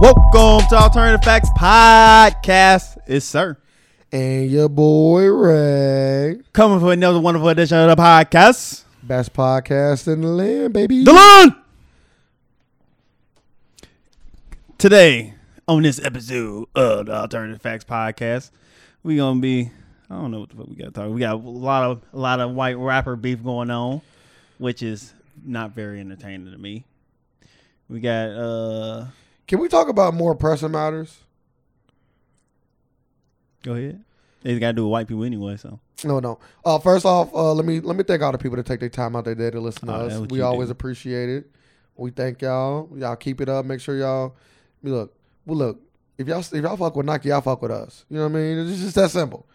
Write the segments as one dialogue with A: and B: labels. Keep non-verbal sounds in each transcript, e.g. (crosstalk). A: Welcome to Alternative Facts Podcast. It's Sir.
B: And your boy Ray.
A: Coming for another wonderful edition of the podcast.
B: Best podcast in the land, baby.
A: The Lawn! Today, on this episode of the Alternative Facts Podcast, we gonna be I don't know what the fuck we gotta talk. We got a lot of a lot of white rapper beef going on, which is not very entertaining to me. We got uh
B: Can we talk about more pressing matters?
A: go ahead. They gotta do with white people anyway, so
B: No, no. Uh, first off, uh, let me let me thank all the people that take their time out their day to listen to
A: Oh, that's
B: us.
A: what
B: We
A: you
B: always
A: do.
B: appreciate it. We thank y'all. Y'all keep it up. Make sure y'all look. Well, look. If y'all if y'all fuck with Nike, y'all fuck with us. You know what I mean? It's just that simple.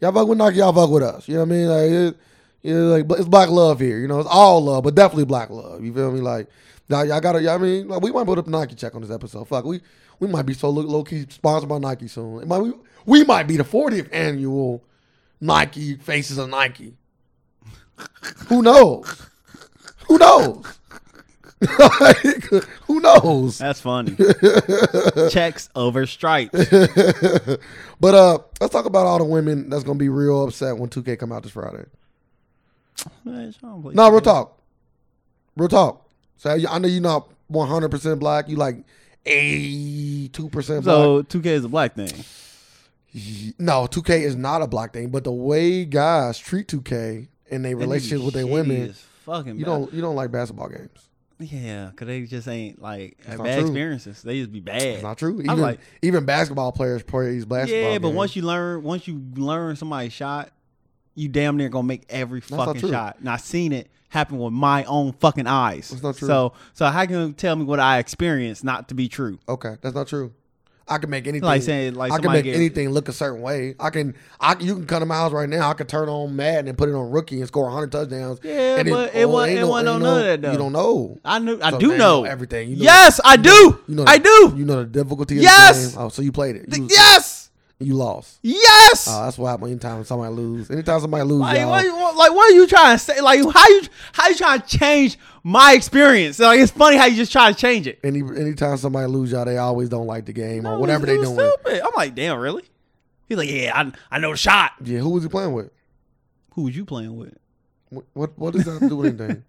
B: Y'all fuck with Nike, y'all fuck with us. You know what I mean? Like, it, you know, like it's black love here. You know, it's all love, but definitely black love. You feel me? Like now, y'all gotta. Y'all, I mean, like, we might put up a Nike check on this episode. Fuck, we we might be so low, low key sponsored by Nike soon. It might, we we might be the 40th annual Nike faces of Nike. Who knows? Who knows? (laughs) Like, who knows?
A: that's
B: (laughs)
A: funny. Checks over stripes.
B: But uh, let's talk about all the women that's gonna be real upset when 2K come out this Friday. No, real talk. Real talk. So I I know you're not 100% black. You like 82% black.
A: So 2K is a black thing.
B: No, 2K is not a black thing, but the way guys treat 2K and their relationships with their women,
A: fucking
B: you don't you don't like basketball games.
A: Yeah, cause they just ain't like have
B: not
A: bad
B: true.
A: experiences. They just be bad.
B: It's not true.
A: I'm
B: Even
A: like-
B: even basketball players praise basketball.
A: yeah, but
B: games.
A: once you learn, once you learn somebody's shot, you damn near gonna make every
B: not
A: fucking
B: true.
A: shot. And I seen it happen with my own fucking eyes.
B: That's not true.
A: So, so how can you tell me what I experienced not to be true?
B: Okay, that's not true. I can make anything.
A: Like saying like
B: I can
A: somebody
B: make
A: get-
B: anything look a certain way. I can. I can- you can come to my house right now. I could turn on Madden and put it on rookie and score 100 touchdowns.
A: Yeah,
B: and
A: but it
B: oh,
A: wasn't-
B: ain't
A: it wasn't
B: ain't
A: on none of that, though.
B: You don't know.
A: I knew. I
B: So now
A: do
B: you
A: know
B: everything. You know-
A: yes, I do.
B: You know.
A: I do.
B: You know the difficulty. Of
A: Yes!
B: The game. Oh, so you played it. You, was-
A: yes,
B: you lost.
A: yes.
B: Oh, that's what happens anytime somebody lose. Anytime somebody lose,
A: Like
B: y'all,
A: what, you- what- like, what are you trying to say? Like, how you how you trying to change my experience? Like, it's funny how you just try to change it.
B: any anytime somebody lose, y'all, they always don't like the game
A: No,
B: or whatever
A: it
B: they
A: was
B: doing.
A: Stupid. I'm like, damn, really? He's like, yeah, I, I know the shot.
B: Yeah, who was he playing with?
A: Who was you playing with? (laughs)
B: What what, what does that have to do with anything?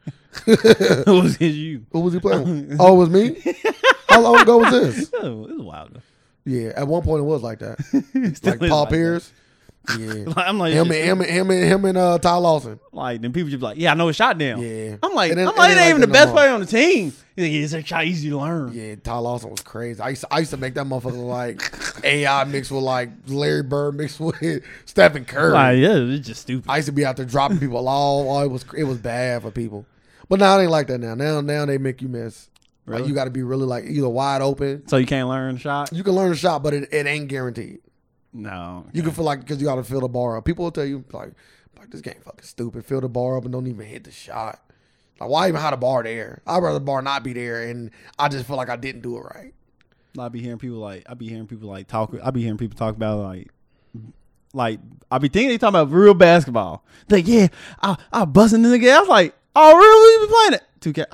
A: Who was it you?
B: Who was he playing (laughs) with? Oh, it was me? How long ago was this?
A: Oh, it was (laughs) wild.
B: Yeah, at one point it was like that.
A: Still
B: Like
A: is
B: Paul
A: that.
B: Pierce. Yeah.
A: (laughs) Like, I'm like,
B: Him and,
A: shit.
B: him, and, him, and, him and uh, Ty Lawson.
A: (laughs) like then people just be like, yeah, I know the shot now.
B: Yeah.
A: I'm like,
B: And then-
A: I'm like,
B: and
A: it ain't
B: then
A: even the
B: like that no
A: best
B: more.
A: player on the team. He's like, yeah, it's a shot easy to learn.
B: Yeah, Ty Lawson was crazy. I used, to, I used to make that motherfucker look like (laughs) AI mixed with like Larry Bird mixed (laughs) with Stephen Curry.
A: Like, yeah, it's just stupid.
B: I used to be out there dropping people all. all it was it was bad for people. But now it ain't like that now. Now now they make you miss. Like,
A: Really?
B: you got to be really like either wide open.
A: so you can't learn the shot?
B: You can learn a shot, but it, it ain't guaranteed.
A: No.
B: You can feel like because you got to fill the bar up. People will tell you like, like this game fucking stupid. Fill the bar up and don't even hit the shot. Like why even have the bar there? I'd rather the bar not be there, and I just feel like I didn't do it right.
A: I be hearing people like I be hearing people like talk. I be hearing people talk about like like I be thinking they talking about real basketball. They Like yeah, I I busting the nigga. I was like, oh really? You be playing it? Two K.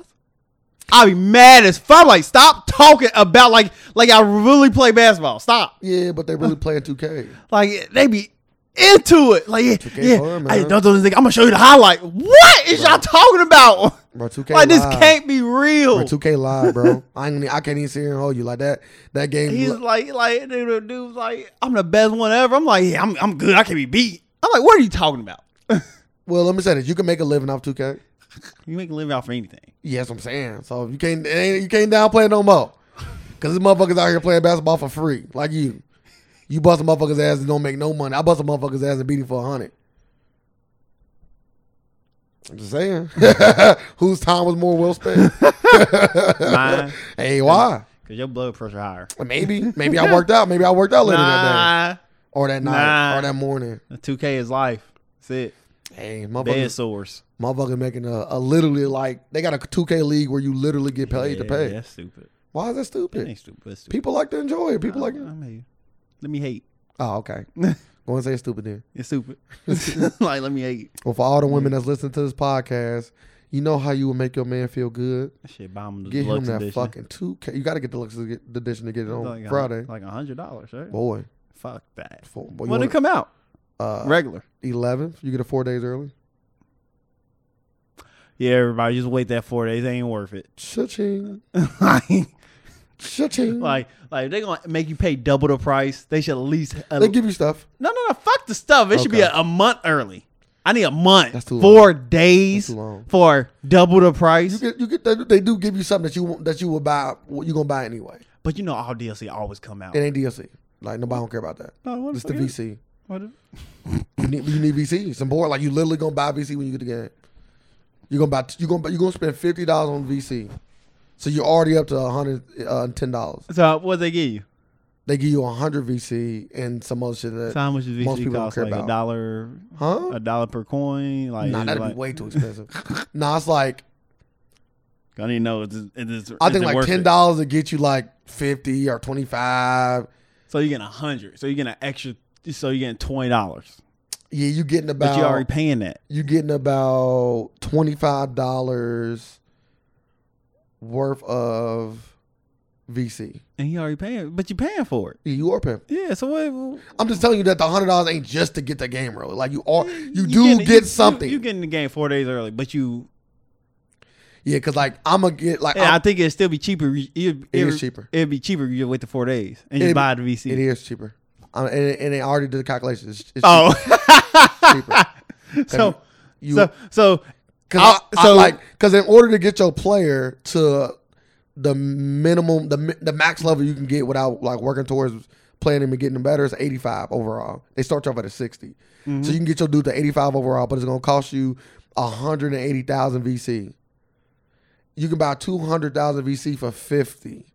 A: I be mad as fuck. Like stop talking about like like I really play basketball. Stop.
B: Yeah, but they (laughs) really playing 2K.
A: Like they be into it. Like yeah,
B: 2K
A: yeah.
B: fun,
A: I
B: man.
A: don't do this nigga. I'm gonna show you the highlight. What is y'all talking about?
B: Bro, 2K
A: Like this
B: live.
A: can't be real.
B: Bro, 2K live, bro. I ain't, I can't even sit here and hold you like that. That game.
A: He's like, like, dude, the dude's like, I'm the best one ever. I'm like, yeah, I'm, I'm good. I can be beat. I'm like, what are you talking about?
B: well, let me say this: you can make a living off 2K.
A: you make a living out for (laughs) anything.
B: Yes, I'm saying. So you can't it ain't- you can't downplay it no more. Cause these motherfuckers out here playing basketball for free, like you. You bust a motherfucker's ass and don't make no money. I bust a motherfucker's ass and beat him for a hundred. I'm just saying. (laughs) Whose time was more
A: (laughs)
B: well spent?
A: Mine,
B: hey, why?
A: because your blood pressure higher.
B: Maybe. Maybe I worked out. Maybe I worked out later that day.
A: Nah,
B: Or that night.
A: Nah.
B: Or that morning.
A: the 2K is life. That's it.
B: Hey,
A: Bed
B: motherfuckers,
A: sores.
B: motherfucker making a, a literally like they got a 2K league where you literally get paid to
A: Yeah,
B: pay.
A: That's stupid.
B: Why is that
A: That
B: stupid?
A: ain't stupid. That's stupid.
B: People like to enjoy it. People like it.
A: I mean, let me hate.
B: Oh, okay. (laughs) Go and say it's stupid then. (laughs)
A: It's stupid. (laughs) like, let me hate.
B: Well, for all the women that's listening to this podcast, You know how you would make your man feel good?
A: That shit bomb the
B: Get him
A: deluxe
B: that
A: edition.
B: fucking two K. You got to get the deluxe the edition to get it
A: It's
B: on
A: like a-
B: Friday.
A: like a hundred dollars, right?
B: boy,
A: Fuck that.
B: four, boy, you
A: When it
B: want
A: come out,
B: uh,
A: regular.
B: 11th? You get it four days early.
A: Yeah, everybody just wait that four days. It ain't worth it.
B: Cha-ching,
A: (laughs)
B: (laughs)
A: like,
B: cha-ching.
A: like, if they gonna make you pay double the price, they should at least
B: they give you stuff.
A: no, no, no. Fuck the stuff. It should be
B: Okay.
A: a, a month early. I need a month.
B: That's too
A: four
B: That's
A: days
B: too long.
A: for double the
B: You
A: price.
B: get, you get. They, they do give you something that you want- that you will buy. What you gonna buy anyway?
A: but you know, all DLC always come out.
B: It ain't DLC. Like nobody don't care about that.
A: No, what
B: Just the
A: fuck is-
B: VC.
A: what is-
B: You need, you need VC. Some board. Like you literally gonna buy VC when you get the game. You gonna buy. You gonna you gonna spend fifty dollars on VC. So you're already up to hundred uh, and ten dollars.
A: So what they give you?
B: They give you hundred VC and some other shit.
A: So
B: That,
A: how much does
B: Uh, Most
A: VC
B: people don't
A: cost?
B: care
A: Like a
B: about.
A: dollar,
B: huh?
A: a dollar per coin. Like,
B: Nah,
A: is it
B: that'd
A: Uh, like
B: be way too expensive. (laughs) nah, it's like
A: I don't even know. Is it, is it,
B: I
A: is
B: think
A: it
B: like
A: worth
B: ten
A: it?
B: dollars to get you like fifty or twenty five.
A: So you're getting a hundred. So you're getting an extra. So you're getting twenty dollars,
B: Yeah, you getting about
A: but you're already paying that.
B: you getting about twenty five dollars worth of VC.
A: And you already paying, but you're paying for it.
B: Yeah, You are paying.
A: Yeah. So what?
B: I'm just telling you that the hundred dollars ain't just to get the game roll. Like you are, you, do
A: getting-
B: get something.
A: You, you getting the game four days early, but you.
B: yeah, because like I'm gonna get like
A: Yeah, I
B: I'm-
A: think it'd still be cheaper. It, it,
B: Oh. it is cheaper.
A: It'd be cheaper. if You wait the four days and
B: It'd
A: you
B: be-
A: buy the VC.
B: It is cheaper. Um, and, and they already did the calculations. It's, it's
A: Oh. (laughs)
B: cheaper.
A: so
B: You,
A: so so
B: Cause I,
A: I- so-
B: I like because in order to get your player to the minimum, the mi- the max level you can get without like working towards playing him and getting him better is 85 overall. They start you off at a 60, so you can get your dude to 85 overall, but it's gonna cost you 180,000 VC. You can buy 200,000 VC for 50.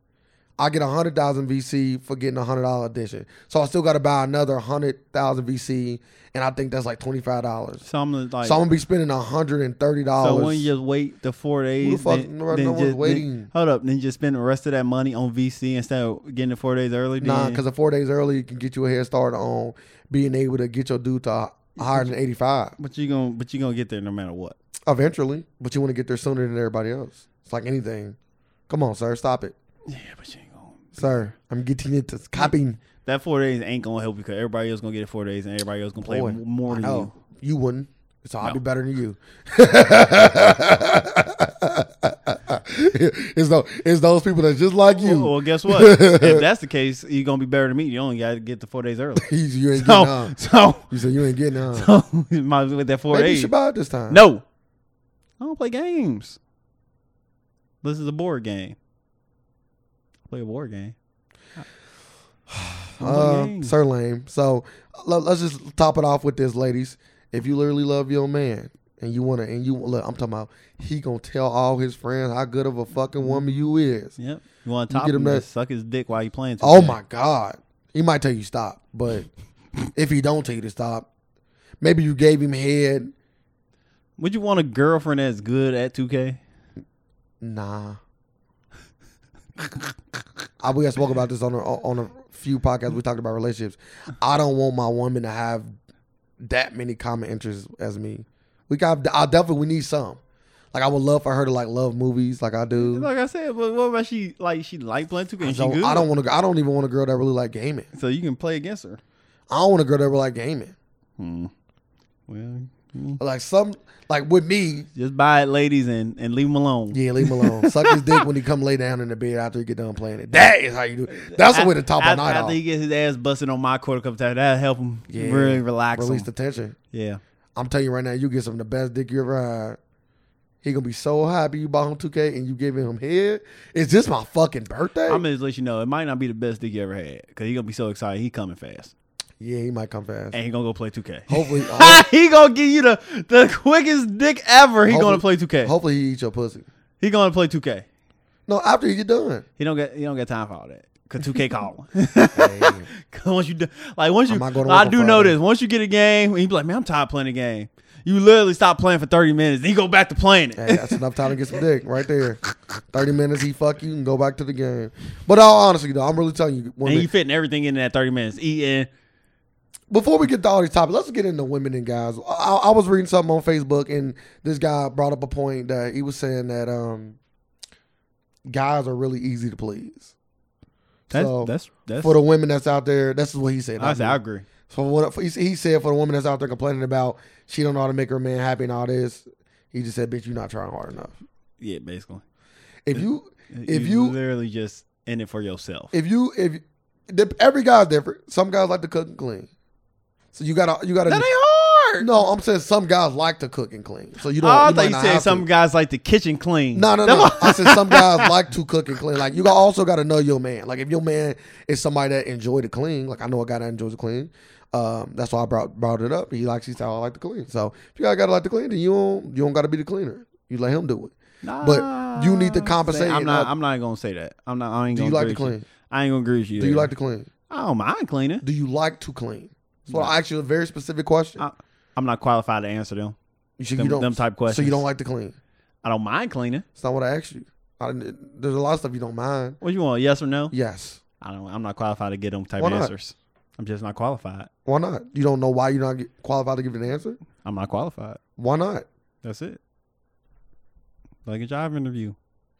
B: I get 100,000 VC for getting a hundred dollar edition, so I still got to buy another 100,000 VC, and I think that's like 25 dollars.
A: so I'm gonna, like
B: So I'm gonna be spending hundred and thirty
A: So
B: dollars.
A: when you just wait the four days,
B: fuck-
A: then,
B: no- no
A: then
B: one's
A: just, then-
B: waiting.
A: hold up, then just spend the rest of that money on VC instead of getting it four days early.
B: nah,
A: then-
B: because the four days early can get you a head start on being able to get your dude to higher than eighty five
A: but you gonna but you gonna get there no matter what.
B: eventually. But you want to get there sooner than everybody else. It's like anything. Come on, sir, stop it,
A: Yeah, but you ain't gonna.
B: sir. I'm getting into copying.
A: That four days ain't gonna help you because everybody else gonna get it four days and everybody else gonna play
B: Boy,
A: m- more than
B: No,
A: you.
B: you wouldn't. So I'd be better than
A: (laughs)
B: you. it's those, it's those people that's
A: (laughs)
B: just like you.
A: Well, well, guess what? if that's the case, you're gonna be better than me. You only gotta get the four days
B: (laughs)
A: early.
B: He's- you ain't getting
A: So
B: on.
A: so
B: You said you ain't getting on.
A: so you might as well with that (laughs) four
B: Maybe you
A: days.
B: should buy it this time.
A: No, I don't play games. This is a board game. I play a board game. I don't play
B: Uh,
A: games.
B: sir lame. So let, us just top it off with this, ladies. If you literally love your man and you wanna and you look, I'm talking about he gonna tell all his friends how good of a fucking woman you is.
A: Yep. You want to
B: You
A: top
B: get
A: him?
B: him that-
A: just suck his dick while you playing.
B: Oh
A: today.
B: my god, he might tell you stop, but if he don't tell you to stop, maybe you gave him head.
A: Would you want a girlfriend that's good at 2K?
B: Nah. (laughs) I we have spoke about this on a, on a few podcasts. We talked about relationships. I don't want my woman to have that many common interests as me. We got. I definitely we need some. Like I would love for her to like love movies like I do.
A: Like I said, but what about she? Like she like playing 2K. And she
B: So
A: good.
B: I don't want to. I don't even want a girl that really like gaming.
A: So you can play against her.
B: I don't want a girl that really like gaming.
A: Hmm. Well, mm.
B: Like some like with me.
A: just buy it, ladies, and and leave them alone.
B: Yeah, leave him alone. Suck his dick when he come lay down in the bed after he get done playing it. That is how you do. it. That's the way to top
A: I,
B: a night
A: After
B: off.
A: he gets his ass busted on my quarter cup, that that'll help him
B: Yeah.
A: really relax.
B: Release
A: him.
B: the tension.
A: yeah.
B: I'm telling you right now, you get some of the best dick you ever had. He gonna be so happy you bought him 2K and you giving him head. Is this my fucking birthday?
A: I'm gonna just let you know it might not be the best dick you ever had because he gonna be so excited. He coming fast
B: yeah, he might come fast.
A: and he gonna go play (laughs) 2K.
B: Hopefully, ho-
A: he gonna give you the the quickest dick ever. He gonna play
B: Hopefully-
A: 2K.
B: hopefully he eat your pussy.
A: He gonna play 2K.
B: No, after you get done.
A: He don't get he don't get time for all that. Cause
B: (laughs)
A: 2K calling.
B: Damn.
A: (laughs) 'Cause once you do, like once you
B: I might go to
A: I
B: work on
A: do know
B: Friday.
A: this. Once you get a game, he be like, man, I'm tired of playing the game. You literally stop playing for 30 minutes, (laughs) then you go back to playing it.
B: Hey, that's enough time to get some dick right there. Thirty minutes, he fuck you and go back to the game. But all honestly though, I'm really telling you,
A: and
B: women,
A: you fitting everything in that 30 minutes. Eating,
B: before we get to all these topics, let's get into women and guys. I, I was reading something on Facebook, and this guy brought up a point that he was saying that um, guys are really easy to please.
A: That's
B: so
A: that's that's.
B: for the women that's out there, this is what he said.
A: I, say, I
B: mean,
A: agree.
B: so what for, he, he said for the woman that's out there complaining about she don't know how to make her man happy and all this, he just said, "Bitch, you're not trying hard enough."
A: Yeah, basically.
B: If you
A: If
B: you-
A: literally just in it for yourself,
B: if you if the- every guy's different. Some guys like to cook and clean, so you gotta you gotta.
A: that ain't hard.
B: no, I'm saying some guys like to cook and clean, so you don't.
A: oh, I thought
B: you might
A: you
B: not
A: said
B: have
A: some
B: to.
A: guys like the kitchen clean.
B: No, no,
A: Them
B: no.
A: all-
B: I said
A: (laughs)
B: some guys like to cook and clean. Like you got- also got to know your man. Like if your man is somebody that enjoy to clean, like I know a guy that enjoys to clean. Um, that's why I brought brought it up. He likes his style. I like to clean. So if you got gotta like to clean, then you don't you don't gotta be the cleaner. You let him do it. But you need to
A: Nah,
B: compensate
A: I'm
B: and
A: not.
B: up-
A: I'm not gonna say that. I'm not. I ain't
B: Do
A: gonna.
B: you like
A: agree
B: to
A: with
B: clean?
A: I ain't gonna agree with you.
B: Do you
A: there.
B: like to clean?
A: I don't mind cleaning.
B: Do you like to clean? So I asked you a very specific question.
A: I- I'm not qualified to answer them.
B: you said
A: them-
B: you don't.
A: them type
B: So
A: questions.
B: you don't like to clean.
A: I don't mind cleaning.
B: It's not what I asked you. I, didn't- there's a lot of stuff you don't mind.
A: What you want? Yes or no?
B: Yes.
A: I don't. I'm not qualified to get them type
B: Why
A: of
B: not?
A: answers. I'm just not qualified.
B: Why not? You don't know why you're not get- qualified to give an answer.
A: I'm not qualified.
B: Why not?
A: That's it. Like a job interview,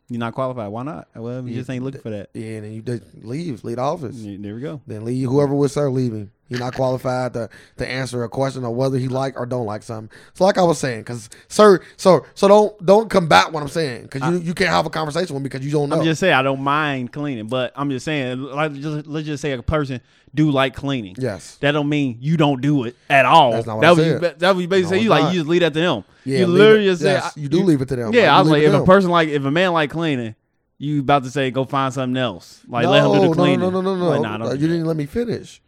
A: you're not qualified. Why not? Well, we
B: Yeah,
A: just ain't looking for that.
B: Yeah, and then you just leave, leave the office.
A: Yeah, There we go.
B: Then leave whoever was there leaving. You're not qualified to, to answer a question of whether he like or don't like something. So like I was saying, because sir, so so don't don't combat what I'm saying because you you can't have a conversation with me because you don't know.
A: I'm just saying I don't mind cleaning, but I'm just saying like just, let's just say a person do like cleaning.
B: yes,
A: That don't mean you don't do it at all.
B: That's not what
A: that
B: I
A: would
B: said.
A: be, that would be basically
B: No,
A: you
B: it's
A: like
B: not.
A: you just leave that to them.
B: yeah,
A: you
B: leave
A: literally
B: it-
A: just say
B: yes,
A: I-
B: you do leave it to them.
A: Yeah, I was
B: you
A: like,
B: leave it
A: if
B: to
A: a
B: them.
A: person like if a man like cleaning, you about to say go find something else. Like
B: no,
A: let him do the cleaning.
B: no, no, no, no,
A: But
B: no,
A: nah, don't
B: you
A: do that.
B: didn't let me finish.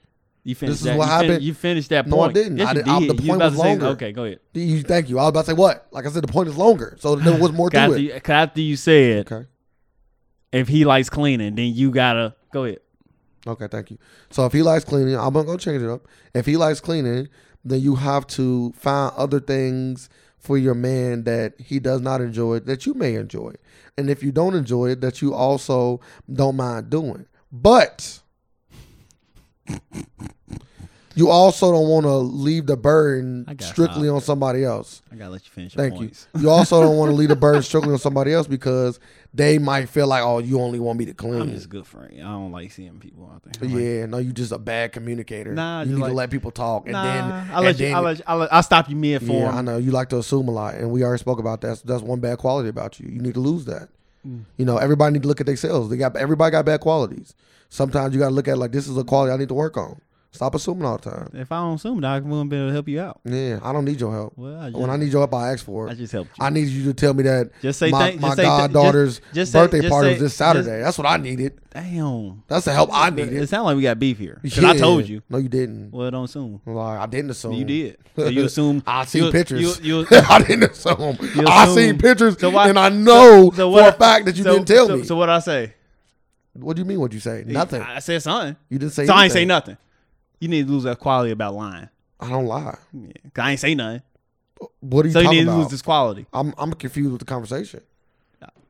A: You finished
B: is
A: that.
B: what
A: you, fin-
B: happened.
A: you finished that
B: No, I
A: point.
B: didn't.
A: Yes,
B: I
A: you
B: didn't- I- the
A: did. You
B: point
A: about
B: was
A: to say,
B: longer.
A: okay, go ahead.
B: You, thank you. I was about to say what? Like I said, the point is longer, so there was more to
A: After
B: it.
A: you, after you said
B: Okay.
A: if he likes cleaning, then you gotta go ahead.
B: Okay, thank you. So if he likes cleaning, I'm gonna go change it up. If he likes cleaning, then you have to find other things for your man that he does not enjoy that you may enjoy, and if you don't enjoy it, that you also don't mind doing. But you also don't want to leave the burden
A: I got
B: strictly on somebody else.
A: I gotta let you finish.
B: Thank
A: your
B: you.
A: points.
B: You also don't want to leave the burden strictly on somebody else because they might feel like, oh, you only want me to clean.
A: I'm just a good friend. I don't like seeing people out there. I'm like,
B: Yeah, no, you just a bad communicator.
A: Nah,
B: you
A: just
B: need to
A: like-
B: let people talk, and then
A: nah, I
B: and
A: let you.
B: then-
A: I let you. I let. I stop you mid form.
B: yeah, I know you like to assume a lot, and we already spoke about that. So that's one bad quality about you. You need to lose that.
A: Mm.
B: You know, everybody need to look at themselves. They got everybody got bad qualities. Sometimes you got to look at like this is a quality I need to work on. Stop assuming all the time.
A: If I don't assume that I wouldn't be able to help you out,
B: Yeah, I don't need your help.
A: well, I just,
B: When I need your help, I ask for
A: I
B: it.
A: just helped you.
B: I need you to tell me that
A: Just say
B: my,
A: thank-
B: my
A: just say th- just-
B: goddaughter's
A: just say-
B: birthday
A: just
B: party
A: say-
B: was
A: just-
B: this Saturday. that's what I needed.
A: Damn.
B: That's the help I
A: It,
B: needed.
A: sounds like we got beef here. 'Cause I
B: Yeah.
A: told you.
B: No, you didn't.
A: Well, don't assume.
B: Well, I didn't assume
A: You did. So
B: (laughs)
A: you assume.
B: I seen
A: you-
B: pictures. (laughs)
A: You, you, (laughs)
B: I didn't assume. I seen
A: assume.
B: pictures,
A: So why-
B: and I know
A: so
B: for
A: what-
B: a fact that you
A: so-
B: didn't tell
A: so-
B: me.
A: So what I say?
B: what do you mean? What you say? Nothing.
A: I said something.
B: you didn't say.
A: So I ain't say
B: anything.
A: nothing. You need to lose that quality about lying.
B: I don't lie.
A: Yeah. 'Cause I ain't say nothing.
B: What are you
A: So you
B: talking
A: need to lose
B: about?
A: this quality.
B: I'm I'm confused with the conversation.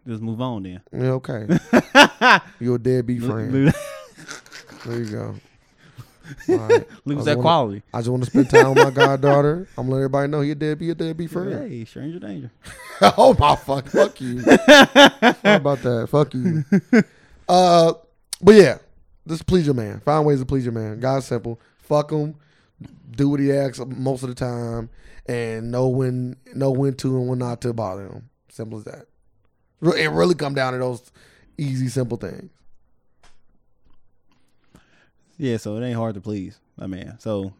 A: Just move on then.
B: Yeah, okay.
A: (laughs)
B: You're a deadbeat friend.
A: lose (laughs)
B: There you go. All right.
A: lose
B: I
A: that
B: wanna-
A: quality.
B: I just want to spend time with my goddaughter. I'm letting everybody know he a deadbeat,
A: (laughs)
B: a deadbeat friend.
A: Hey, stranger danger.
B: (laughs) oh my fuck! Fuck you. How about that? Fuck you. Uh, but yeah, just please your man. Find ways to please your man. God's simple. Fuck him. Do what he asks most of the time, and know when know when to and when not to bother him. Simple as that. Re- It really come down to those easy, simple things.
A: Yeah, so it ain't hard to please, my man. So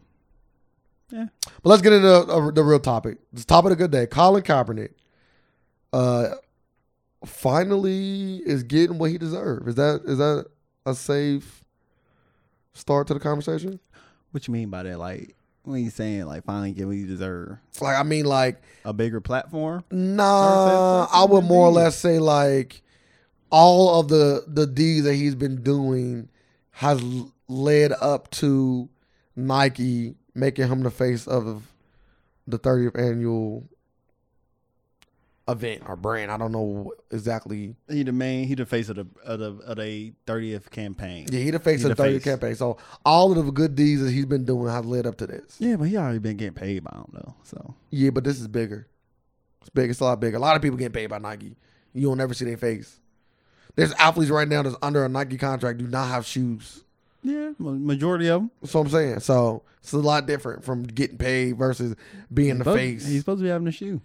B: But let's get into uh, the real topic. The topic of the good day. Colin Kaepernick, uh, finally is getting what he deserves. Is that is that a safe start to the conversation?
A: what you mean by that? Like what are you saying? Like finally get what you deserve.
B: Like I mean, like
A: A bigger platform?
B: nah.
A: Perfect,
B: I would more or
A: indeed.
B: less say like all of the the deeds that he's been doing has l- led up to Nike making him the face of the 30th annual event or brand. I don't know exactly.
A: He the main. He the face of the of the of the thirtieth campaign.
B: Yeah, he the face
A: He
B: of
A: the
B: the 30
A: face.
B: campaign. So all of the good deeds that he's been doing has led up to this.
A: Yeah, but he already been getting paid by him though. So
B: Yeah, but this is bigger. It's big. It's a lot bigger. A lot of people getting paid by Nike. You don't ever see their face. There's athletes right now that's under a Nike contract do not have shoes.
A: yeah, ma- majority of them.
B: That's what I'm saying. So it's a lot different from getting paid versus being the
A: Supposed-
B: face.
A: He's supposed to be having a
B: (sighs)
A: shoe.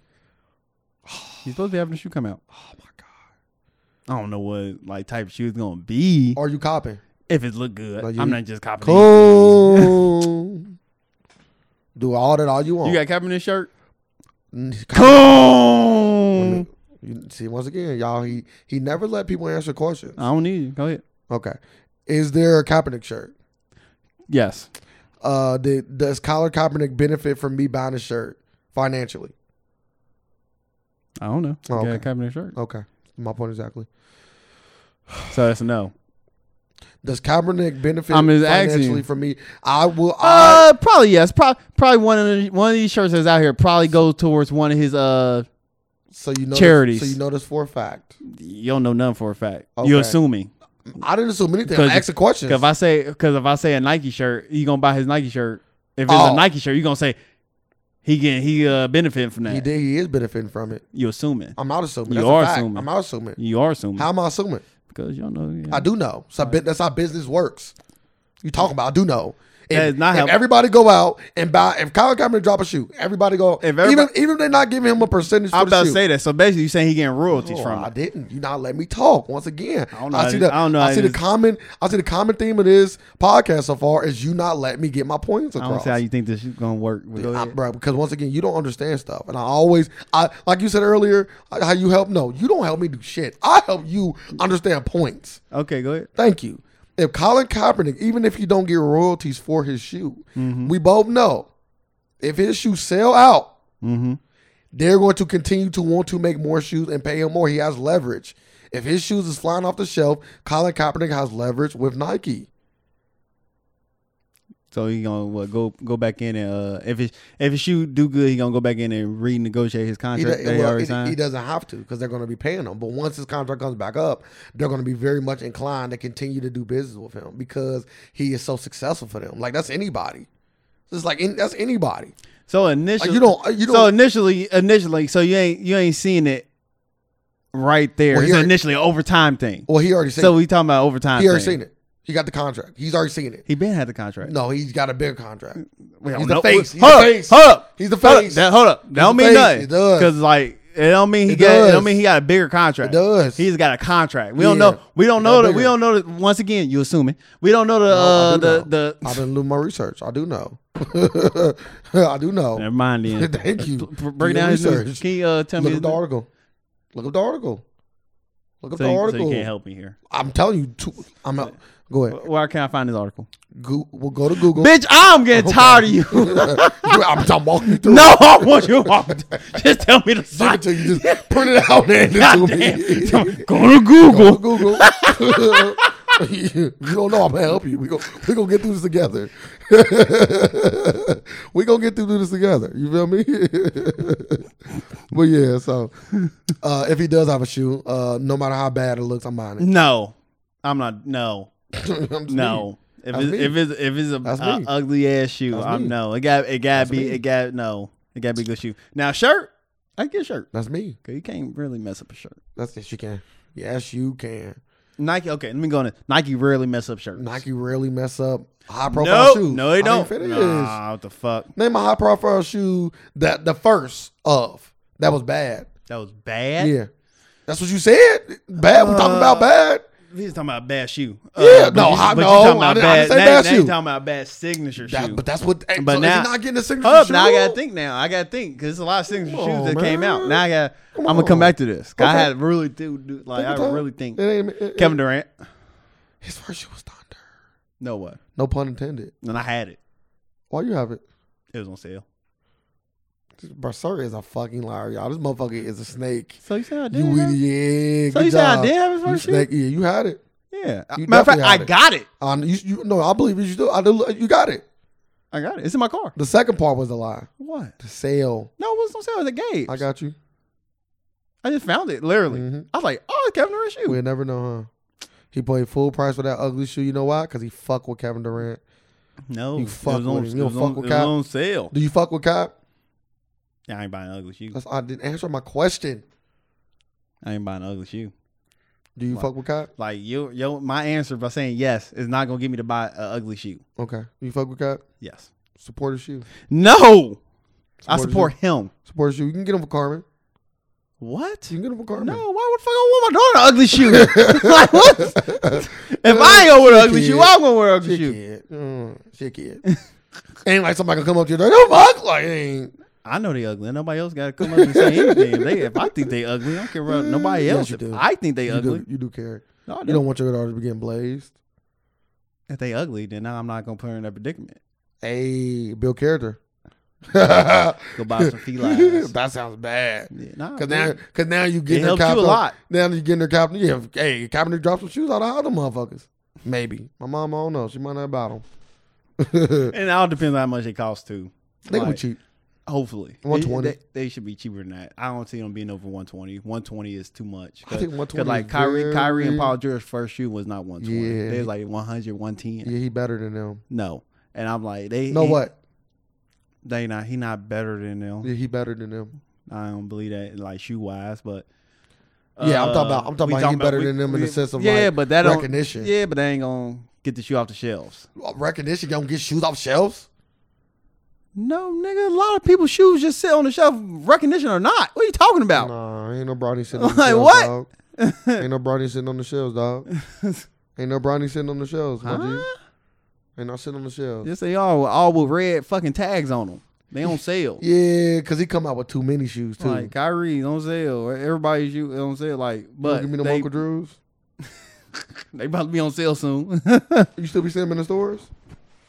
A: He's supposed to be having a shoe come out.
B: oh my god.
A: I don't know what like type of shoe it's gonna be.
B: Are you copying?
A: if it look good,
B: Like, you-
A: I'm not just copying.
B: Cool. do all that all you
A: these.
B: want.
A: You got cap in this shirt.
B: Mm, copy.
A: Cool. Mm.
B: You- See once again, y'all. He he never let people answer questions.
A: I don't need you. Go ahead.
B: Okay, is there a Kaepernick shirt?
A: Yes.
B: Uh, did, does Colin Kaepernick benefit from me buying a shirt financially?
A: I don't know.
B: Oh,
A: You got
B: okay.
A: a cap in this shirt.
B: Okay, my point exactly.
A: So that's a no.
B: Does Kaepernick benefit
A: I'm just asking
B: financially
A: you.
B: from me? I will. I,
A: Uh, probably yes. Pro- probably one of the, one of these shirts that's out here probably goes towards one of his. Uh,
B: so you know.
A: charities.
B: This, so you know this for a fact.
A: you don't know nothing for a fact.
B: Okay.
A: You're assuming
B: I didn't assume anything. I
A: Because-
B: asked a question.
A: because if I say because if I say a Nike shirt, you gonna buy his Nike shirt. If it's
B: Oh.
A: a Nike shirt, you gonna say he get he uh benefiting from
B: he
A: that.
B: did. He is benefiting from it.
A: You assuming.
B: I'm not assuming.
A: You
B: That's
A: are
B: a fact.
A: assuming.
B: I'm not assuming.
A: You are assuming
B: How am I assuming?
A: because you don't know. yeah.
B: I do know. So I bet that's how business works. You talking about? I do know. If,
A: That is not
B: if
A: how-
B: everybody go out and buy, if Colin Kaepernick drop a shoe, everybody go.
A: If everybody-
B: even even if they're not giving him a percentage for
A: I'm
B: the
A: about to
B: shoe.
A: say that. So basically, you saying he getting royalties
B: Oh,
A: from
B: I
A: it.
B: didn't. You not let me talk once again. I
A: don't know how
B: see
A: to-
B: the,
A: I don't know
B: I
A: how
B: see
A: to
B: the
A: just-
B: common. I see the common theme of this podcast so far is you not let me get my points
A: I don't
B: across.
A: see how you think this is gonna work. But go
B: I-
A: ahead.
B: bro, because once again, you don't understand stuff, and I always, I like you said earlier, how you help. No, you don't help me do shit. I help you understand points.
A: Okay, go ahead.
B: Thank you. If Colin Kaepernick, even if you don't get royalties for his shoe, we both know if his shoes sell out,
A: Mm-hmm.
B: they're going to continue to want to make more shoes and pay him more. He has leverage. If his shoes is flying off the shelf, Colin Kaepernick has leverage with Nike.
A: So he gonna what, go go back in and uh, if his if his shoe do good, he gonna go back in and renegotiate his
B: He,
A: contract.
B: do-
A: that he
B: well,
A: already
B: he-
A: signed.
B: he doesn't have to because they're going to be paying him. But once his contract comes back up, they're going to be very much inclined to continue to do business with him because he is so successful for them. Like that's anybody. It's like any- that's anybody.
A: so initially,
B: Like, you don't. You don't.
A: so initially, initially, so you ain't you ain't seeing it right there.
B: Well,
A: it's
B: here-
A: initially an overtime thing.
B: well, he already said.
A: So we talking about overtime.
B: He already
A: thing.
B: seen it. He got the contract. He's already seen it.
A: He been had the contract.
B: No, he's got a bigger contract.
A: We don't
B: He's the
A: know-
B: face. He's
A: hold
B: the
A: up,
B: face.
A: Hold up.
B: He's the
A: Hold up.
B: face.
A: Mm. That, hold up. That don't
B: the
A: mean
B: face.
A: nothing.
B: It does.
A: Because like it don't mean he
B: It
A: got. It
B: does.
A: don't mean he got a bigger contract.
B: It does.
A: He's got a contract. We don't
B: Yeah.
A: know. We don't
B: He got
A: know that. We
B: bigger.
A: don't know that. Once again, you assuming we don't know the
B: No, I
A: uh,
B: do
A: the
B: know. I
A: the.
B: didn't do my research. I do know. (laughs) I do
A: (laughs)
B: know.
A: Never mind then.
B: (laughs) Thank you.
A: Br-
B: Do
A: Break
B: your
A: down his news.
B: research.
A: Can you uh, tell
B: Look
A: me?
B: up
A: his
B: the
A: news?
B: article. Look up the article. Look up
A: So
B: the
A: you, so
B: article.
A: you can't help me here.
B: I'm telling you. Too, I'm not. Go ahead.
A: Wh- Where can I find this article?
B: Go, we'll go to Google.
A: Bitch, I'm getting
B: Okay.
A: tired of
B: (laughs)
A: you.
B: I'm, I'm walking you through.
A: no, I want you. off. (laughs) Just tell me the
B: Give it
A: site.
B: to you. Just print it out and hand
A: (laughs)
B: it to me.
A: Goddamn. Go to (laughs) Google.
B: (laughs) Google. you don't know. I'm gonna help you. We go. We gonna get through this together. (laughs) we gonna get through this together. You feel me? (laughs) but yeah. So uh, if he does have a shoe, uh, no matter how bad it looks, I'm buying it.
A: No, I'm not. No,
B: (laughs) I'm just
A: no. If
B: That's
A: it's,
B: me.
A: if it's if it's a,
B: That's
A: a
B: me.
A: ugly ass shoe,
B: That's
A: I'm
B: me.
A: no. It got it got to be
B: me.
A: it got no. It got to be a good shoe. Now shirt, I get shirt.
B: That's me.
A: Cause you can't really mess up a shirt.
B: That's yes, you can. Yes, you can.
A: Nike. Okay, let me go on. it. Nike rarely mess up shirts.
B: Nike rarely mess up high profile
A: No,
B: shoes.
A: no, they
B: I mean,
A: don't.
B: if it is.
A: Nah, what the fuck?
B: Name a high profile shoe that the first of that was bad.
A: That was bad. Uh,
B: Yeah. That's what you said. Bad. we talking about bad.
A: He's talking about bad shoe. Uh,
B: Yeah,
A: but
B: no,
A: you-
B: I
A: but you
B: know.
A: talking about
B: I didn't- I didn't say
A: now-
B: bad
A: now you
B: shoe.
A: talking about bad signature
B: That-
A: shoe.
B: but that's what. Hey,
A: But
B: so
A: now-
B: is he not getting a signature
A: Hold up,
B: shoe?
A: now I gotta think. Now I gotta think because a lot of signature
B: Come
A: shoes
B: on,
A: that came out.
B: man.
A: Now I got. I'm
B: Come
A: gonna come
B: on.
A: back to this. 'Cause I
B: Okay.
A: had really do, do like
B: Take your
A: I
B: time.
A: really think
B: It ain't, it-
A: Kevin Durant.
B: His first shoe was Thunder.
A: No what?
B: No pun intended.
A: And I had it.
B: Why you have it?
A: It was on sale.
B: Bro, sir is a fucking liar, y'all. This motherfucker is a snake.
A: So you said I did.
B: You
A: have
B: idiot.
A: it?
B: Yeah,
A: So
B: good
A: you said I
B: job.
A: did have his
B: You
A: first shoe.
B: snake. Yeah, you had it.
A: Yeah.
B: You
A: Matter of fact,
B: definitely
A: I
B: had it.
A: got it.
B: Um, you, you, no, I believe you do. I do. You got it.
A: I got it. It's in my car.
B: The second part was a lie.
A: What?
B: The sale.
A: No, it was on sale. It was a game.
B: I got you.
A: I just found it literally.
B: Mhm.
A: I was like, oh, Kevin Durant shoe.
B: We'll never know, huh? He paid full price for that ugly shoe. You know why? Because he fuck with Kevin Durant.
A: No,
B: You
A: it
B: fuck
A: was
B: with
A: on-
B: him.
A: it
B: You don't
A: was
B: fuck
A: on-
B: with
A: it was
B: Kyle?
A: on sale.
B: Do you fuck with Cap?
A: I ain't buying an ugly shoe.
B: That's I didn't answer my question.
A: I ain't buying an ugly shoe.
B: Do you
A: Why?
B: fuck with Cap?
A: Like yo, yo, my answer by saying yes is not gonna get me to buy an ugly shoe.
B: Okay. Do you fuck with Cap?
A: Yes.
B: Support his shoe.
A: No, I
B: his
A: support
B: shoe.
A: him.
B: Support his shoe. You can get him for Carmen.
A: What?
B: You can get him for Carmen.
A: No, why would the fuck I want my daughter an ugly (laughs) shoe? like what? If I ain't gonna wear an ugly shoe, I'm gonna wear an ugly
B: Shit
A: shoe.
B: kid. Mm, shit kid. (laughs) ain't like somebody can come up to you like, don't fuck like it ain't.
A: I know they ugly. Nobody else gotta come up and say anything. If, they, if I think they ugly, I don't care about nobody
B: Yes,
A: else.
B: you
A: If
B: do.
A: I think they
B: You
A: ugly.
B: do, you do care.
A: No, I
B: You
A: don't.
B: don't want your daughter to be getting blazed.
A: If they ugly, then now I'm not gonna put her in that predicament.
B: Hey, build character. (laughs)
A: Go buy (laughs) some felines.
B: that sounds bad.
A: yeah, nah,
B: Cause now,
A: man.
B: cause now you
A: it
B: getting her
A: helps you
B: capped
A: a
B: up.
A: lot.
B: Now you getting her capped. Yeah, hey, Kaepernick dropped some shoes out of all them motherfuckers. Maybe my mom, I don't know. She might not buy them. they
A: And it all depends on how much it costs too.
B: gonna be
A: Like,
B: cheap.
A: Hopefully,
B: 120.
A: They, they, they should be cheaper than that. I don't see them being over 120. 120 is too much.
B: I think 120
A: 'cause, like
B: is
A: Kyrie, Kyrie and
B: very-
A: Paul George's first shoe was not 120.
B: Yeah.
A: They was like 100, 110.
B: Yeah, he better than them.
A: No, and I'm like they.
B: No,
A: he-
B: what?
A: They not. He not better than them.
B: Yeah, he better than them.
A: I don't believe that like shoe wise, but
B: Yeah, I'm talking about- I'm talking
A: Uh, we
B: about he better than them in the sense of,
A: yeah,
B: like,
A: but that don't-
B: recognition. Uh,
A: Yeah, but they ain't gonna get the shoe off the shelves.
B: Recognition gonna get shoes off shelves.
A: No, nigga, a lot of people's shoes just sit on the shelf, recognition or not. What are you talking about?
B: Nah, ain't no brownie sitting. on
A: (laughs)
B: the
A: Like,
B: shelves,
A: what?
B: Dog. ain't no brownie sitting on the shelves, dog.
A: (laughs)
B: Ain't no brownie sitting on the shelves, my G.
A: Huh?
B: Ain't no sitting on the shelves.
A: Yes, they are. All with red fucking tags on them. They on sale.
B: Yeah, cause he come out with too many shoes too.
A: Like Kyrie's on sale. Everybody's shoe on sale. Like,
B: You
A: but
B: give me them
A: they,
B: Uncle Drews.
A: they about to be on sale soon. (laughs)
B: You still be seeing them in the stores?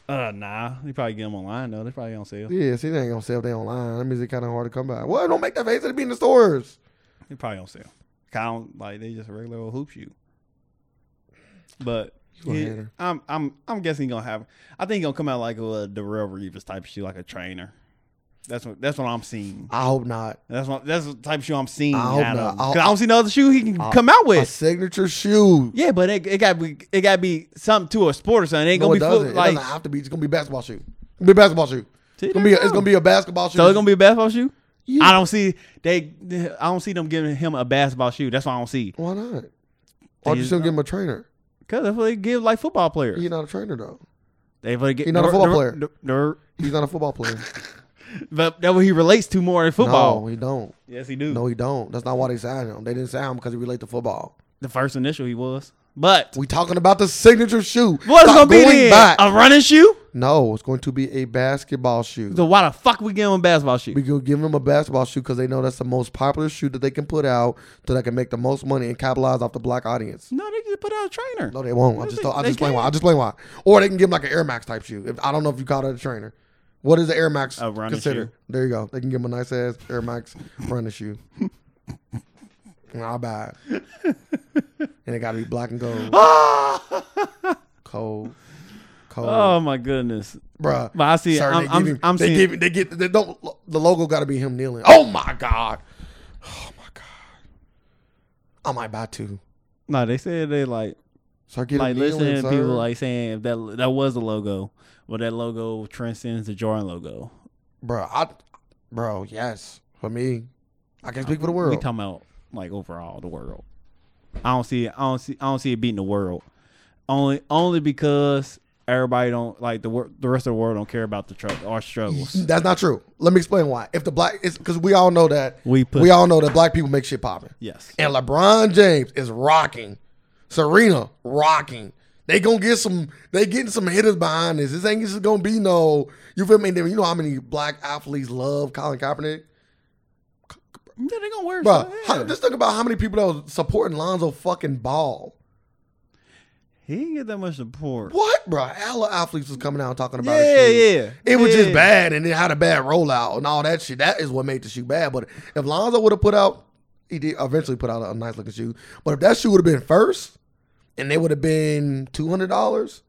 A: uh, nah, they probably get them online though. They probably on sale.
B: Yeah, see, they ain't gonna sell they online. That means it's kind of hard to come by. Well, don't make that face. It'll be in the stores.
A: They probably on sale. Count like they just a regular old hoop shoe. But
B: You a
A: yeah,
B: hater.
A: I'm I'm I'm guessing he gonna have. I think he gonna come out like a, uh Darrell Reeves type of shoe, like a trainer. That's what that's what I'm seeing.
B: I hope not.
A: That's what that's the type of shoe I'm seeing.
B: I hope
A: out
B: not.
A: of him. 'Cause
B: I'll-
A: I don't see no other shoe he can
B: I'll-
A: come out
B: A
A: with.
B: signature shoe.
A: yeah, but it, it got be it got be something to a sport or something. It ain't
B: No,
A: gonna
B: it
A: be
B: doesn't.
A: foot,
B: it
A: like
B: doesn't have to be. It's gonna be a basketball shoe. It's gonna be a basketball shoe.
A: See,
B: It's gonna be. A,
A: there you
B: it's
A: go.
B: gonna be a basketball shoe.
A: so. It's gonna be a basketball shoe.
B: Yeah.
A: I don't see they. I don't see them giving him a basketball shoe. That's what I don't see.
B: Why not? Why don't you
A: just
B: still give him a trainer?
A: Cause that's what they give like football players.
B: He's not a trainer though.
A: They play get
B: He not a
A: Dur-
B: football
A: Dur-
B: player.
A: Dur-
B: He's not a
A: (laughs)
B: football player.
A: Dur- but that what he relates to more in football.
B: No, he don't.
A: yes, he do.
B: No, he don't. That's not why they signed him. They didn't sign him because he relate to football.
A: The first initial he was, but
B: We talking about the signature shoe.
A: what's gonna
B: Stop
A: be
B: going
A: then?
B: back.
A: A running shoe?
B: no, it's going to be a basketball shoe.
A: So why the fuck we give him a basketball shoe?
B: We go give them a basketball shoe because they know that's the most popular shoe that they can put out so that can make the most money and capitalize off the black audience.
A: no, they just put out a trainer.
B: No, they won't. I
A: No,
B: just
A: they-
B: I
A: they
B: just explain why. I
A: can't.
B: just explain why. Or they can give them like an Air Max type shoe. If I don't know if you call that a trainer. What is the Air Max
A: A running
B: considered?
A: shoe.
B: There you go. They can give them a nice ass Air Max
A: (laughs)
B: running shoe. Not bad. and it got to be black and gold, cold,
A: (laughs)
B: cold,
A: oh my goodness.
B: bruh.
A: But I see.
B: Sir,
A: I'm,
B: they
A: I'm,
B: give him,
A: I'm
B: they
A: seeing.
B: give him- they get they don't the logo got to be him kneeling. Oh my god, oh my god, I might buy two.
A: no, they said they like
B: Start getting
A: like
B: kneeling,
A: listening to
B: sir.
A: people like saying if that that was the logo, but that logo transcends the Jordan logo.
B: bro, I, bro, yes, for me, I can speak for the
A: We
B: world.
A: talking about like overall the world. I don't see it. I don't see. I don't see it beating the world. Only only because everybody don't like the wor- the rest of the world don't care about the truck our struggles.
B: That's not true. Let me explain why. If the black, it's because we all know that
A: We put-
B: we all know that black people make shit popping.
A: Yes.
B: and LeBron James is rocking. Serena rocking. They gonna get some. They getting some hitters behind this. This ain't just gonna be no. You feel me? And then You know how many black athletes love Colin Kaepernick,
A: Yeah, they gonna wear.
B: bro?
A: it, Oh, yeah.
B: Just think about how many people that was supporting Lonzo fucking Ball.
A: He didn't get that much support.
B: What, bro? Hella athletes was coming out and talking about
A: Yeah,
B: his shoe.
A: yeah.
B: It was just
A: Yeah.
B: bad, and it had a bad rollout and all that shit. That is what made the shoe bad. But if Lonzo would have put out, he did eventually put out a nice looking shoe. But if that shoe would have been first, and they would have been two hundred dollars,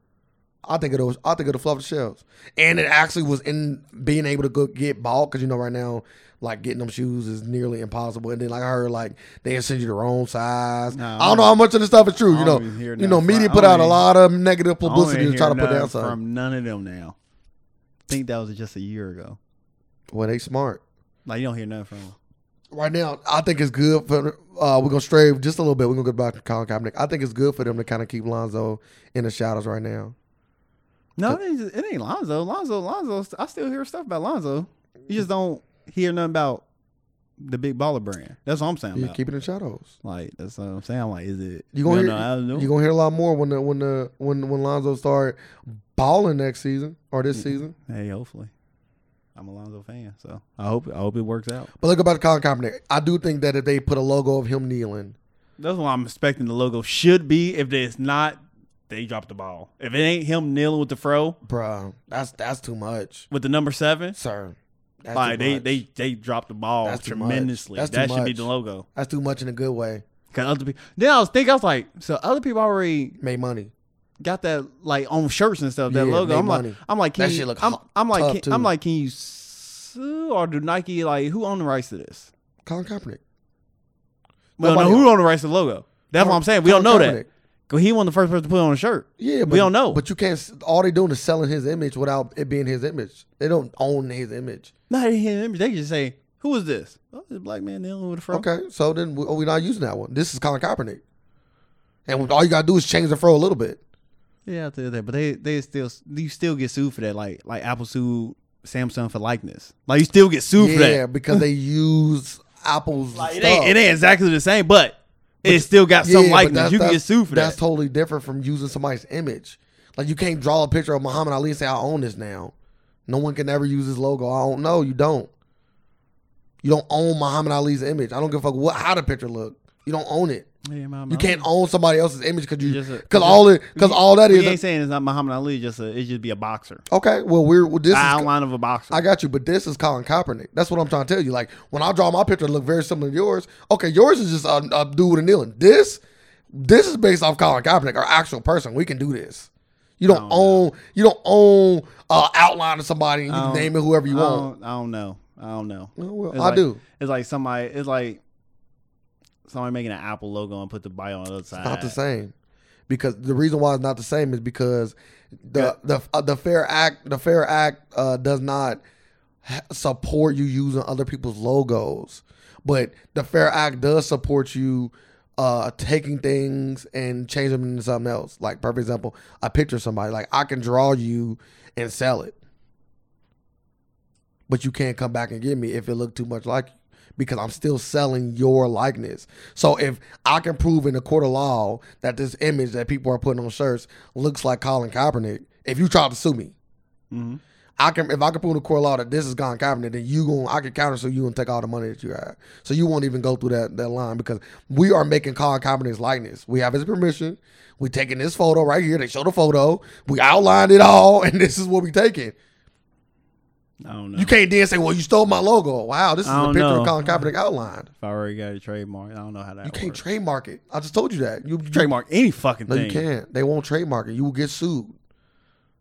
B: I think it was. I think it'd fluff the shelves. And it actually was in being able to go get ball because you know right now like getting them shoes is nearly impossible. And then like I heard like they send you the wrong size.
A: Nah,
B: I don't know how much of this stuff is true.
A: I
B: You know,
A: don't even hear
B: you
A: nothing
B: know,
A: from-
B: media
A: I
B: put
A: don't
B: out a
A: even-
B: lot of negative
A: I don't even
B: publicity to try
A: hear
B: to put
A: nothing
B: down something.
A: from none of them now. I think that was just a year ago.
B: Well, they smart.
A: Like you don't hear nothing from them.
B: right now, I think it's good for uh, we're gonna stray just a little bit. We're gonna go back to Colin Kaepernick. I think it's good for them to kind of keep Lonzo in the shadows right now.
A: No, it ain't, it ain't Lonzo. Lonzo, Lonzo. I still hear stuff about Lonzo. You just don't hear nothing about the big baller brand. That's what I'm saying.
B: You
A: About.
B: keep it in the shadows.
A: Like that's what I'm saying. I'm like, is it?
B: You gonna
A: no,
B: hear
A: no, I don't know.
B: you gonna hear a lot more when the when the when when Lonzo start balling next season or this season.
A: hey, hopefully, I'm a Lonzo fan, so I hope I hope it works out.
B: But look about Colin Kaepernick. I do think that if they put a logo of him kneeling,
A: That's what I'm expecting. The logo should be. If it's not, they drop the ball. If it ain't him kneeling with the fro
B: bruh, that's that's too much,
A: with the number seven,
B: sir. That's
A: like
B: too
A: they
B: much.
A: they they drop the ball
B: That's too much.
A: tremendously.
B: That's too
A: that should be
B: much.
A: the logo.
B: that's too much in a good way.
A: Cause other people. Then I was thinking, I was like, so other people already
B: Made money.
A: got that like on shirts and stuff. That
B: Yeah,
A: logo.
B: make
A: I'm like,
B: money.
A: I'm like, can
B: That
A: you,
B: shit look
A: I'm,
B: hot-
A: I'm like,
B: tough,
A: can,
B: too.
A: I'm like, can you sue or do Nike like who own the rights to this?
B: Colin Kaepernick.
A: We don't know
B: Nobody
A: who owned the rights to the logo. That's what I'm saying. We don't know
B: Colin
A: that.
B: Kaepernick.
A: Cause he wasn't the first person to put it on a shirt.
B: Yeah, but,
A: don't know.
B: But you can't. s- All they doing is selling his image without it being his image. They don't own his image.
A: Not in his image. They just say, "Who is this?" Oh, this black man kneeling with a fro.
B: Okay, so then we- we're not using that one. This is Colin Kaepernick, and all you gotta do is change the fro a little bit.
A: Yeah, I tell you that. But they they still you still get sued for that. Like like Apple sued Samsung for likeness. Like you still get sued for
B: Yeah,
A: that.
B: because they use Apple's
A: Like, it
B: stuff.
A: ain't it ain't exactly the same, but it still got
B: Yeah,
A: some
B: but
A: likeness.
B: that's-
A: You can get
B: that's-
A: sued for
B: That's
A: that.
B: totally different from using somebody's image. Like you can't draw a picture of Muhammad Ali and say I own this now. No one can ever use his logo. I don't know. You don't. You don't own Muhammad Ali's image. I don't give a fuck what how the picture look. You don't own it.
A: Yeah, my- my-
B: You can't own somebody else's image because you
A: Just a-
B: because all it because all that
A: We ain't
B: is
A: saying it's not Muhammad Ali. Just a, it just be a boxer.
B: okay. Well, we're well, this is
A: Outline of a boxer.
B: I got you, but this is Colin Kaepernick. That's what I'm trying to tell you. Like when I draw my picture, it look very similar to yours. Okay, yours is just a, a dude with a kneeling. This, this is based off Colin Kaepernick, our actual person. We can do this. You don't
A: I don't
B: own. You don't own uh, outline of somebody. And you
A: I
B: can
A: don't-
B: name it whoever
A: I
B: you want.
A: don't, I don't know. I don't know.
B: Oh, well,
A: It's
B: I
A: like-
B: do.
A: It's like somebody. It's like somebody making an Apple logo and put the bio on the other side.
B: It's not the same because the reason why it's not the same is because the the uh, the Fair Act the Fair Act uh, does not ha- support you using other people's logos, but the Fair Act does support you. Uh, taking things and changing them into something else. Like, for example, I picture of somebody. Like, I can draw you and sell it, but you can't come back and get me if it looked too much like you because I'm still selling your likeness. So if I can prove in the court of law that this image that people are putting on shirts looks like Colin Kaepernick, if you try to sue me,
A: Mhm.
B: I can if I can prove in the court of law that this is Colin Kaepernick, then you going I can counter sue you and take all the money that you have. So you won't even go through that that line because we are making Colin Kaepernick's likeness. We have his permission. We taking this photo right here. They show the photo. We outlined it all, (laughs) and this is what we taking.
A: I don't know.
B: You can't then say, "Well, you stole my logo." Wow, this is
A: I
B: a
A: don't
B: picture
A: know.
B: of Colin Kaepernick outlined.
A: if I already got a trademark, I don't know how that
B: You
A: works.
B: can't trademark it. I just told you that. You
A: trademark any fucking
B: No,
A: thing.
B: you can't. They won't trademark it. You will get sued.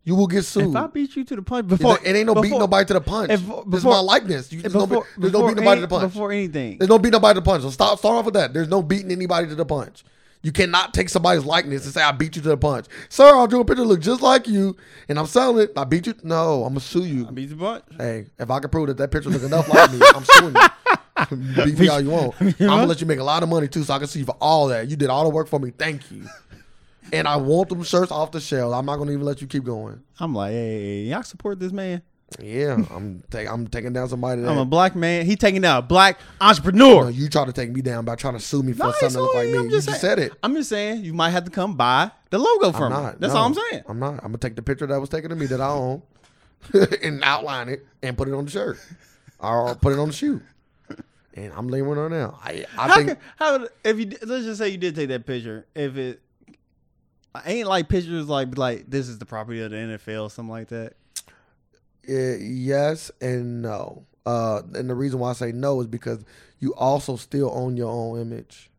B: You will get sued.
A: If I beat you to the punch
B: It ain't-
A: before,
B: it ain't no
A: before,
B: beating nobody to the punch.
A: if-
B: this is
A: before-
B: my likeness. You, there's,
A: Before,
B: no, there's no
A: before
B: beating nobody
A: any-
B: to the punch.
A: Before anything,
B: There's no beating nobody to the punch. So stop. Start off with that. There's no beating anybody to the punch. You cannot take somebody's likeness and say I beat you to the punch, sir. I'll do a picture that look just like you, and I'm selling it. I beat you. No, I'm gonna sue you.
A: I beat the punch.
B: Hey, if I can prove that that picture look enough like me, I'm suing you.
A: (laughs)
B: Beat me all you want. I'm gonna let you make a lot of money too, so I can see you for all that. You did all the work for me. Thank you. And I want them shirts off the shelves. I'm not gonna even let you keep going.
A: I'm like, hey, y'all support this man.
B: Yeah, I'm ta- I'm taking down somebody. That,
A: I'm a black man. He taking down a black entrepreneur.
B: No, you try to take me down by trying to sue me for
A: No,
B: something
A: it's
B: that look
A: all
B: like
A: you.
B: me.
A: I'm
B: you
A: just
B: just
A: saying-
B: said it.
A: I'm just saying you might have to come buy the logo from me.
B: Not.
A: That's
B: No,
A: all I'm saying.
B: I'm not. I'm gonna take the picture that was taken of me that I own, (laughs) and outline it and put it on the shirt, or put it on the shoe. And I'm laying it on now. I I
A: how
B: think
A: can, how would- if you did- let's just say you did take that picture if it I ain't like pictures like like this is the property of the NFL something like that.
B: Uh, yes and no. Uh, and the reason why I say no is because you also still own your own image.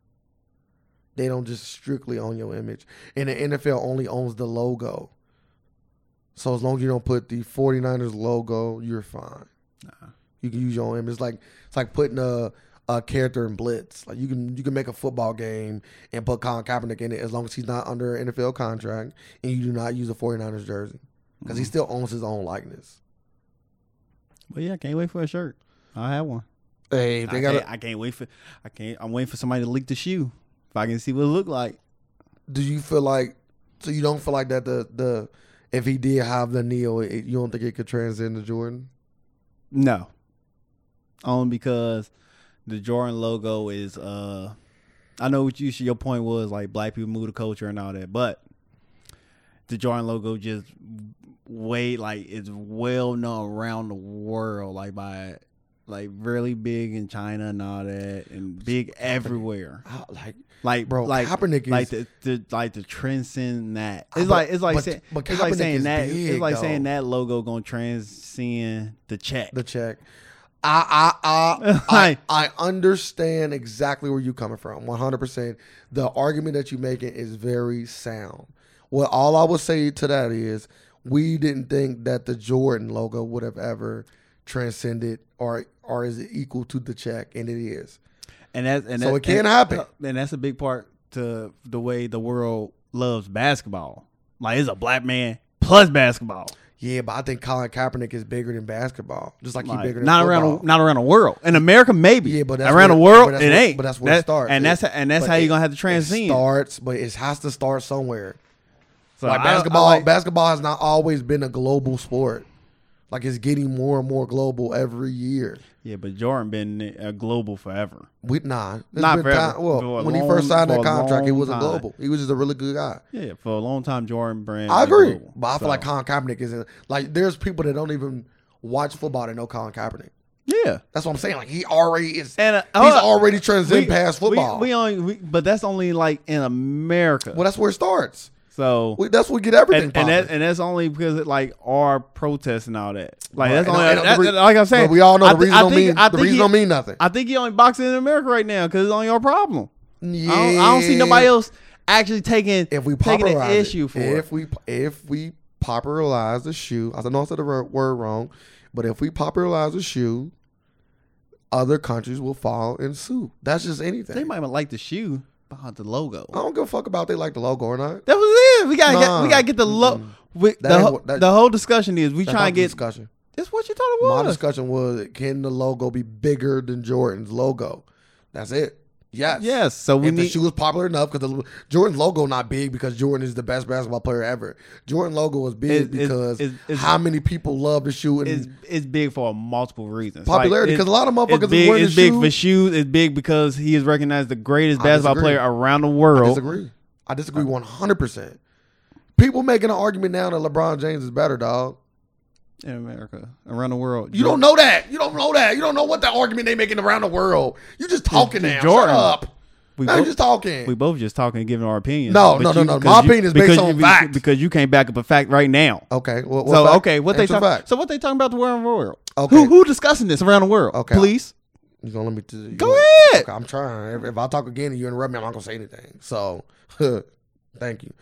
B: They don't just strictly own your image, and the NFL only owns the logo. So as long as you don't put the 49ers logo, you're fine.
A: Nah.
B: You can use your own image. It's like it's like putting a a character in blitz. Like you can you can make a football game and put Colin Kaepernick in it as long as he's not under an NFL contract and you do not use a 49ers jersey because he still owns his own likeness.
A: But yeah, I can't wait for a shirt. I have one.
B: Hey, if
A: I
B: they got.
A: can't, I can't wait for. I can't. I'm waiting for somebody to leak the shoe. If I can see what it look like.
B: Do you feel like so you don't feel like that the the if he did have the Neo, it, you don't think it could transcend to Jordan?
A: No. Only because the Jordan logo is uh I know what you your point was like black people move the culture and all that, but the Jordan logo just way like it's well known around the world, like by like really big in China and all that, and big everywhere.
B: How, like,
A: Like
B: bro,
A: like
B: Kaepernick is
A: like the, the like the transcend that.
B: Ah,
A: It's
B: but-
A: like it's like
B: but-
A: saying
B: but
A: it's like
B: Kaepernick
A: saying
B: is
A: that
B: big,
A: it's like
B: though.
A: saying that logo gonna transcend the check.
B: the check. I
A: (laughs)
B: I I,
A: Like-
B: I I understand exactly where you're coming from. 100%. The argument that you're making is very sound. Well, all I will say to that is we didn't think that the Jordan logo would have ever transcended or or is it equal to the check and it is.
A: and that's and
B: So
A: that-
B: it can
A: and-
B: happen.
A: And that's a big part to the way the world loves basketball. Like it's a black man plus basketball.
B: Yeah, but I think Colin Kaepernick is bigger than basketball. Just like, he's
A: Like,
B: bigger than
A: not
B: football.
A: around not around the world. In America, maybe.
B: Yeah, but that's
A: around
B: where-
A: the world,
B: but that's
A: it
B: where-
A: ain't.
B: but that's where it
A: That-
B: starts.
A: And
B: It-
A: that's and that's
B: but
A: how
B: it-
A: you're gonna have to
B: It
A: transcend.
B: starts, but it has to start somewhere.
A: So
B: like
A: I- I
B: basketball,
A: like-
B: basketball has not always been a global sport. Like it's getting more and more global every year.
A: yeah, but Jordan been uh, global forever.
B: We nah, there's
A: Not
B: been
A: forever,
B: time- well,
A: for a
B: when he
A: long-
B: first signed
A: for
B: that
A: a
B: contract, he
A: long
B: wasn't
A: time.
B: global. He was just a really good guy.
A: Yeah, for a long time, Jordan brand.
B: I
A: been
B: agree,
A: global.
B: but I feel
A: So,
B: like Colin Kaepernick isn't like. There's people that don't even watch football that know Colin Kaepernick.
A: yeah,
B: That's what I'm saying. Like he already is.
A: and uh, hold
B: he's
A: on.
B: already transcended past football.
A: We, we only, we, but that's only like in America.
B: well, that's where it starts.
A: so
B: We, that's what get everything.
A: and, and, that,
B: popping.
A: and that's only because it, like our protests and all that. Like that's
B: Right. And
A: only
B: I- and
A: that-
B: the re-
A: that- like I'm saying.
B: but we all know
A: I
B: the
A: thi-
B: reason
A: I
B: don't
A: think-
B: mean
A: I
B: the
A: think
B: reason
A: he-
B: don't mean nothing.
A: I think he only boxing in America right now because it's only our problem.
B: yeah.
A: I, don't, I don't see nobody else actually taking
B: if we
A: taking an
B: popularize it,
A: issue for
B: if
A: it.
B: we if we popularize the shoe. I don't know I said the wor- word wrong, but if we popularize the shoe, other countries will follow in suit. That's just anything.
A: They might not like the shoe, but the logo.
B: I don't give a fuck about if they like the logo or not.
A: That was it. We gotta get,
B: Nah.
A: we gotta get the look.
B: That ain't
A: The, ho-
B: what- that-
A: the whole discussion is we
B: That's
A: trying
B: not
A: to
B: the
A: get.
B: discussion.
A: That's what you thought it
B: My
A: was.
B: discussion was: Can the logo be bigger than Jordan's logo? That's it. Yes.
A: yes. So we
B: if the
A: need.
B: shoe was popular enough, because the Jordan logo not big because Jordan is the best basketball player ever. Jordan logo was big
A: It's- it's-
B: because
A: it's- it's-
B: how many people love the shoe and
A: It's, it's big for multiple reasons. Like,
B: Mm. popularity
A: it's-
B: because a lot of
A: It's
B: motherfuckers
A: big,
B: wearing
A: it's
B: the
A: big
B: shoe.
A: for shoes. It's big because he is recognized the greatest
B: I
A: basketball
B: disagree.
A: player around the
B: I
A: world.
B: disagree. I disagree one hundred percent. People making an argument now that LeBron James is better, dog.
A: In America, around the world.
B: You don't know that. You don't know that. You don't know what the argument they making around the world. You just talking
A: it's
B: now. Shut
A: Jordan.
B: up.
A: We
B: Now you
A: both,
B: just talking.
A: we both just talking and giving our opinions.
B: No,
A: But
B: no, no,
A: you-
B: no. My
A: because you-
B: opinion is based
A: because
B: on
A: you-
B: facts.
A: Because you can't back up a fact right now.
B: okay. Well,
A: so
B: fact?
A: okay, what they
B: Answer
A: talk,
B: fact.
A: So what they talking about the around the world?
B: Okay.
A: Who who discussing this around the world?
B: Okay.
A: Please.
B: You gonna let me? do- you
A: Go
B: gonna-
A: ahead.
B: Okay, I'm trying. If, if I talk again and you interrupt me, I'm not gonna say anything. So, (laughs) thank you.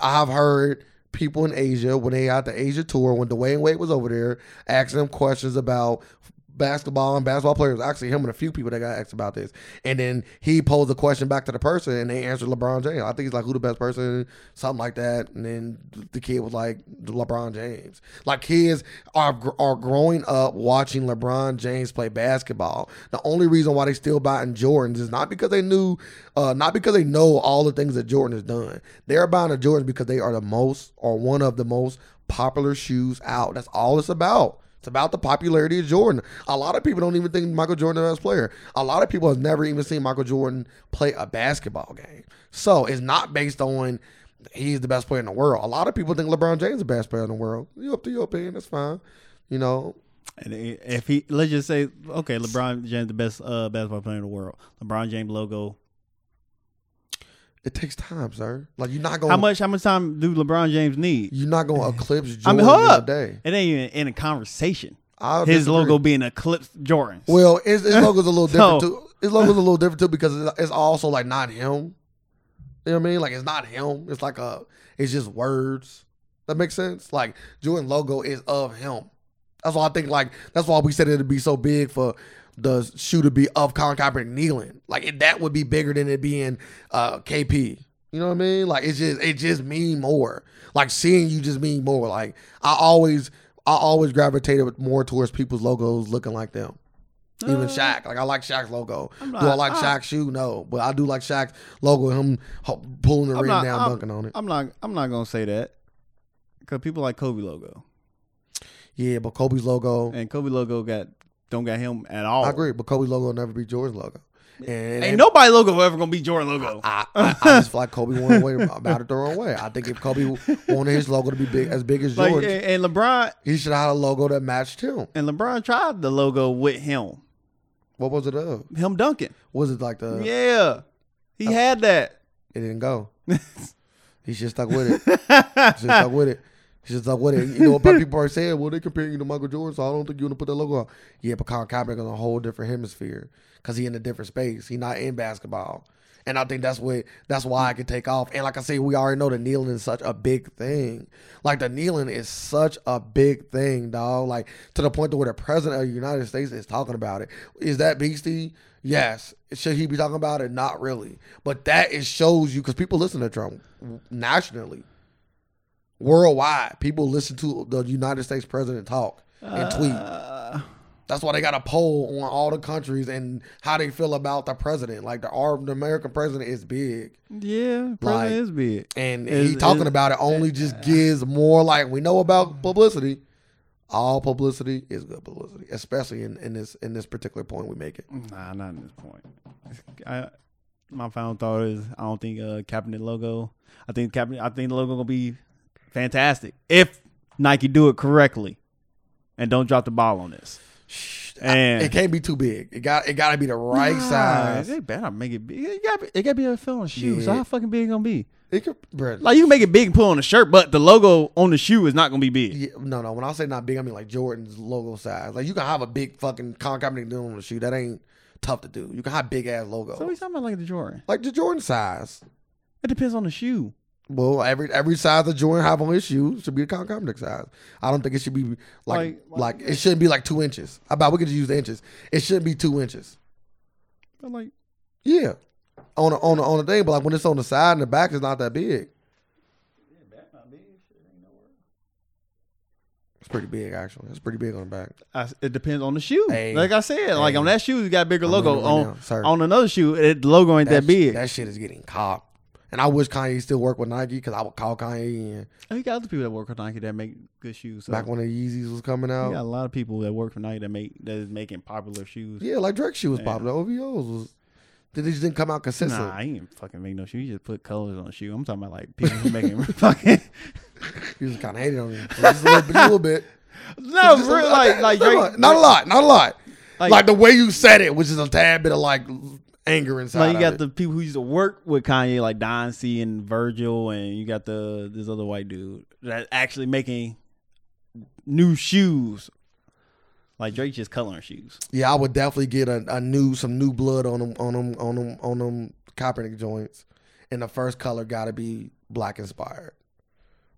B: I've heard people in Asia when they out the Asia tour when Dwayne Wade was over there, asking them questions about basketball and basketball players. Actually, him and a few people that got asked about this, and then he posed a question back to the person, and they answered LeBron James. I think he's like, "Who the best person?" Something like that. And then the kid was like, "LeBron James." Like kids are gr- are growing up watching LeBron James play basketball. The only reason why they still buying Jordans is not because they knew, uh, not because they know all the things that Jordan has done. They're buying the Jordans because they are the most or one of the most popular shoes out. That's all it's about. It's about the popularity of Jordan. A lot of people don't even think Michael Jordan is the best player. A lot of people have never even seen Michael Jordan play a basketball game. So it's not based on he's the best player in the world. A lot of people think LeBron James is the best player in the world. You up to your opinion, that's fine. You know,
A: And i- if he let's just say okay, LeBron James the best uh, basketball player in the world. LeBron James logo.
B: it takes time, sir. Like you're not gonna
A: How much how much time do LeBron James need?
B: you're not
A: (laughs)
B: gonna eclipse
A: I mean,
B: Jordan
A: hold
B: in a
A: up.
B: day.
A: It ain't even in a conversation.
B: I
A: his
B: disagree.
A: logo being Eclipse Jordan's.
B: Well, his, his logo's a little
A: So-
B: different too. His logo's a little different too because it's- it's also like not him. You know what I mean? Like it's not him. It's like a. It's just words. That makes sense. Like Jordan logo is of him. That's why I think like that's why we said it'd be so big for the shoe to be of Colin Kaepernick kneeling. Like it, that would be bigger than it being uh, KP. You know what I mean? Like it's just it just mean more. Like seeing you just mean more. Like I always I always gravitated more towards people's logos looking like them. Even
A: Uh,
B: Shaq, like I like Shaq's logo.
A: I'm ah.
B: do I
A: not-
B: like
A: I-
B: Shaq's shoe? No, but I do like Shaq's logo. Him ho- pulling the
A: I'm
B: ring
A: not-
B: down,
A: I'm-
B: dunking on it.
A: I'm not. I'm not gonna say that because people like Kobe logo,
B: Yeah, but Kobe's logo.
A: and Kobe logo got don't got him at all.
B: I agree, but Kobe's logo will never be Jordan's logo. And,
A: Ain't nobody logo ever gonna be Jordan logo.
B: I, I, I just feel like Kobe went away about it the wrong way. I think if Kobe wanted his logo to be big as big as
A: like
B: Jordan's,
A: and, and LeBron
B: he should have had a logo that matched him.
A: and LeBron tried the logo with him,
B: What was it of?
A: him dunking.
B: Was it like the
A: yeah, he
B: uh,
A: had that.
B: it
A: (laughs)
B: didn't go? he should stuck with it. He should stuck with it. He should stuck with it. You know what people are saying? Well, they comparing you to Michael Jordan, so I don't think you want to put that logo out. Yeah, but Colin Kaepernick is on a whole different hemisphere because he in a different space. He not in basketball. And I think that's what that's why I could take off. And like I say, we already know the kneeling is such a big thing. Like the kneeling is such a big thing, dog. Like to the point to where the president of the United States is talking about it. Is that beastie? Yes. Should he be talking about it? Not really. But that it shows you because people listen to Trump nationally, worldwide. People listen to the United States president talk and tweet.
A: Uh,
B: That's why they got a poll on all the countries and how they feel about the president. Like the our the American president is big,
A: yeah, president
B: Like,
A: is big.
B: and
A: Is-
B: he talking
A: is-
B: about it only just gives more. Like we know about publicity. All publicity is good publicity, especially in, in this in this particular point we make it.
A: Nah, not at this point. I, my final thought is I don't think uh Kaepernick logo. I think Kaepernick. I think the logo gonna be fantastic if Nike do it correctly, and don't drop the ball on this. And-
B: it can't be too big. It got it got to be the right size.
A: They better make it big. It got it got to be a film shoe. So
B: Yeah.
A: how fucking big it gonna be?
B: It could, bruh,
A: Like you can make it big and put on a shirt, but the logo on the shoe is not gonna be big.
B: Yeah, no, no. When I say not big, I mean like Jordan's logo size. Like you can have a big fucking Colin Kaepernick doing on the shoe. That ain't tough to do. You can have big ass logo,
A: So we talking about like the Jordan.
B: like the Jordan size.
A: It depends on the shoe.
B: Well, every every size that Jordan have on his shoe should be the Colin Kaepernick size. I don't think it should be like
A: Like-
B: like, it shouldn't be like two inches. How about we could just use the inches? It shouldn't be two inches.
A: But like
B: Yeah, on a, on a, on a thing, but like when it's on the side and the back, it's not that big. It's pretty big actually. It's pretty big on the back.
A: I, it depends on the shoe.
B: Hey.
A: like I said, like
B: Hey.
A: on that shoe, you got a bigger
B: I'm
A: logo.
B: looking right
A: on
B: now. Sorry.
A: on another shoe, it, the logo ain't that,
B: sh-
A: big.
B: That shit is getting caught. And I wish Kanye still worked with Nike because I would call Kanye in
A: Oh, you got other people that work for Nike that make good shoes. So.
B: back when the Yeezys was coming
A: you got a
B: out.
A: lot of people that work for Nike that make that is making popular shoes.
B: Yeah, like Drake shoe was
A: Yeah.
B: popular. OVOs was. They just didn't come out consistent.
A: Nah, I ain't fucking make no shoes. You just put colors on a shoe. I'm talking about like people who making (laughs)
B: (laughs)
A: fucking
B: He was kind of hated on me. Just a little bit. just a little bit.
A: (laughs) no,
B: Just
A: real,
B: a little-
A: like
B: (laughs)
A: like
B: not,
A: Drake,
B: a, not a lot. Not a lot. Like,
A: Like-
B: the way you said it, which is a tad bit of like anger inside.
A: Like you got
B: of it.
A: the people who used to work with Kanye, like Don C and Virgil, and you got the this other white dude that actually making new shoes. Like Drake just coloring shoes.
B: Yeah, I would definitely get a, a new some new blood on them on them on them on them Kaepernick joints, and the first color got to be black inspired,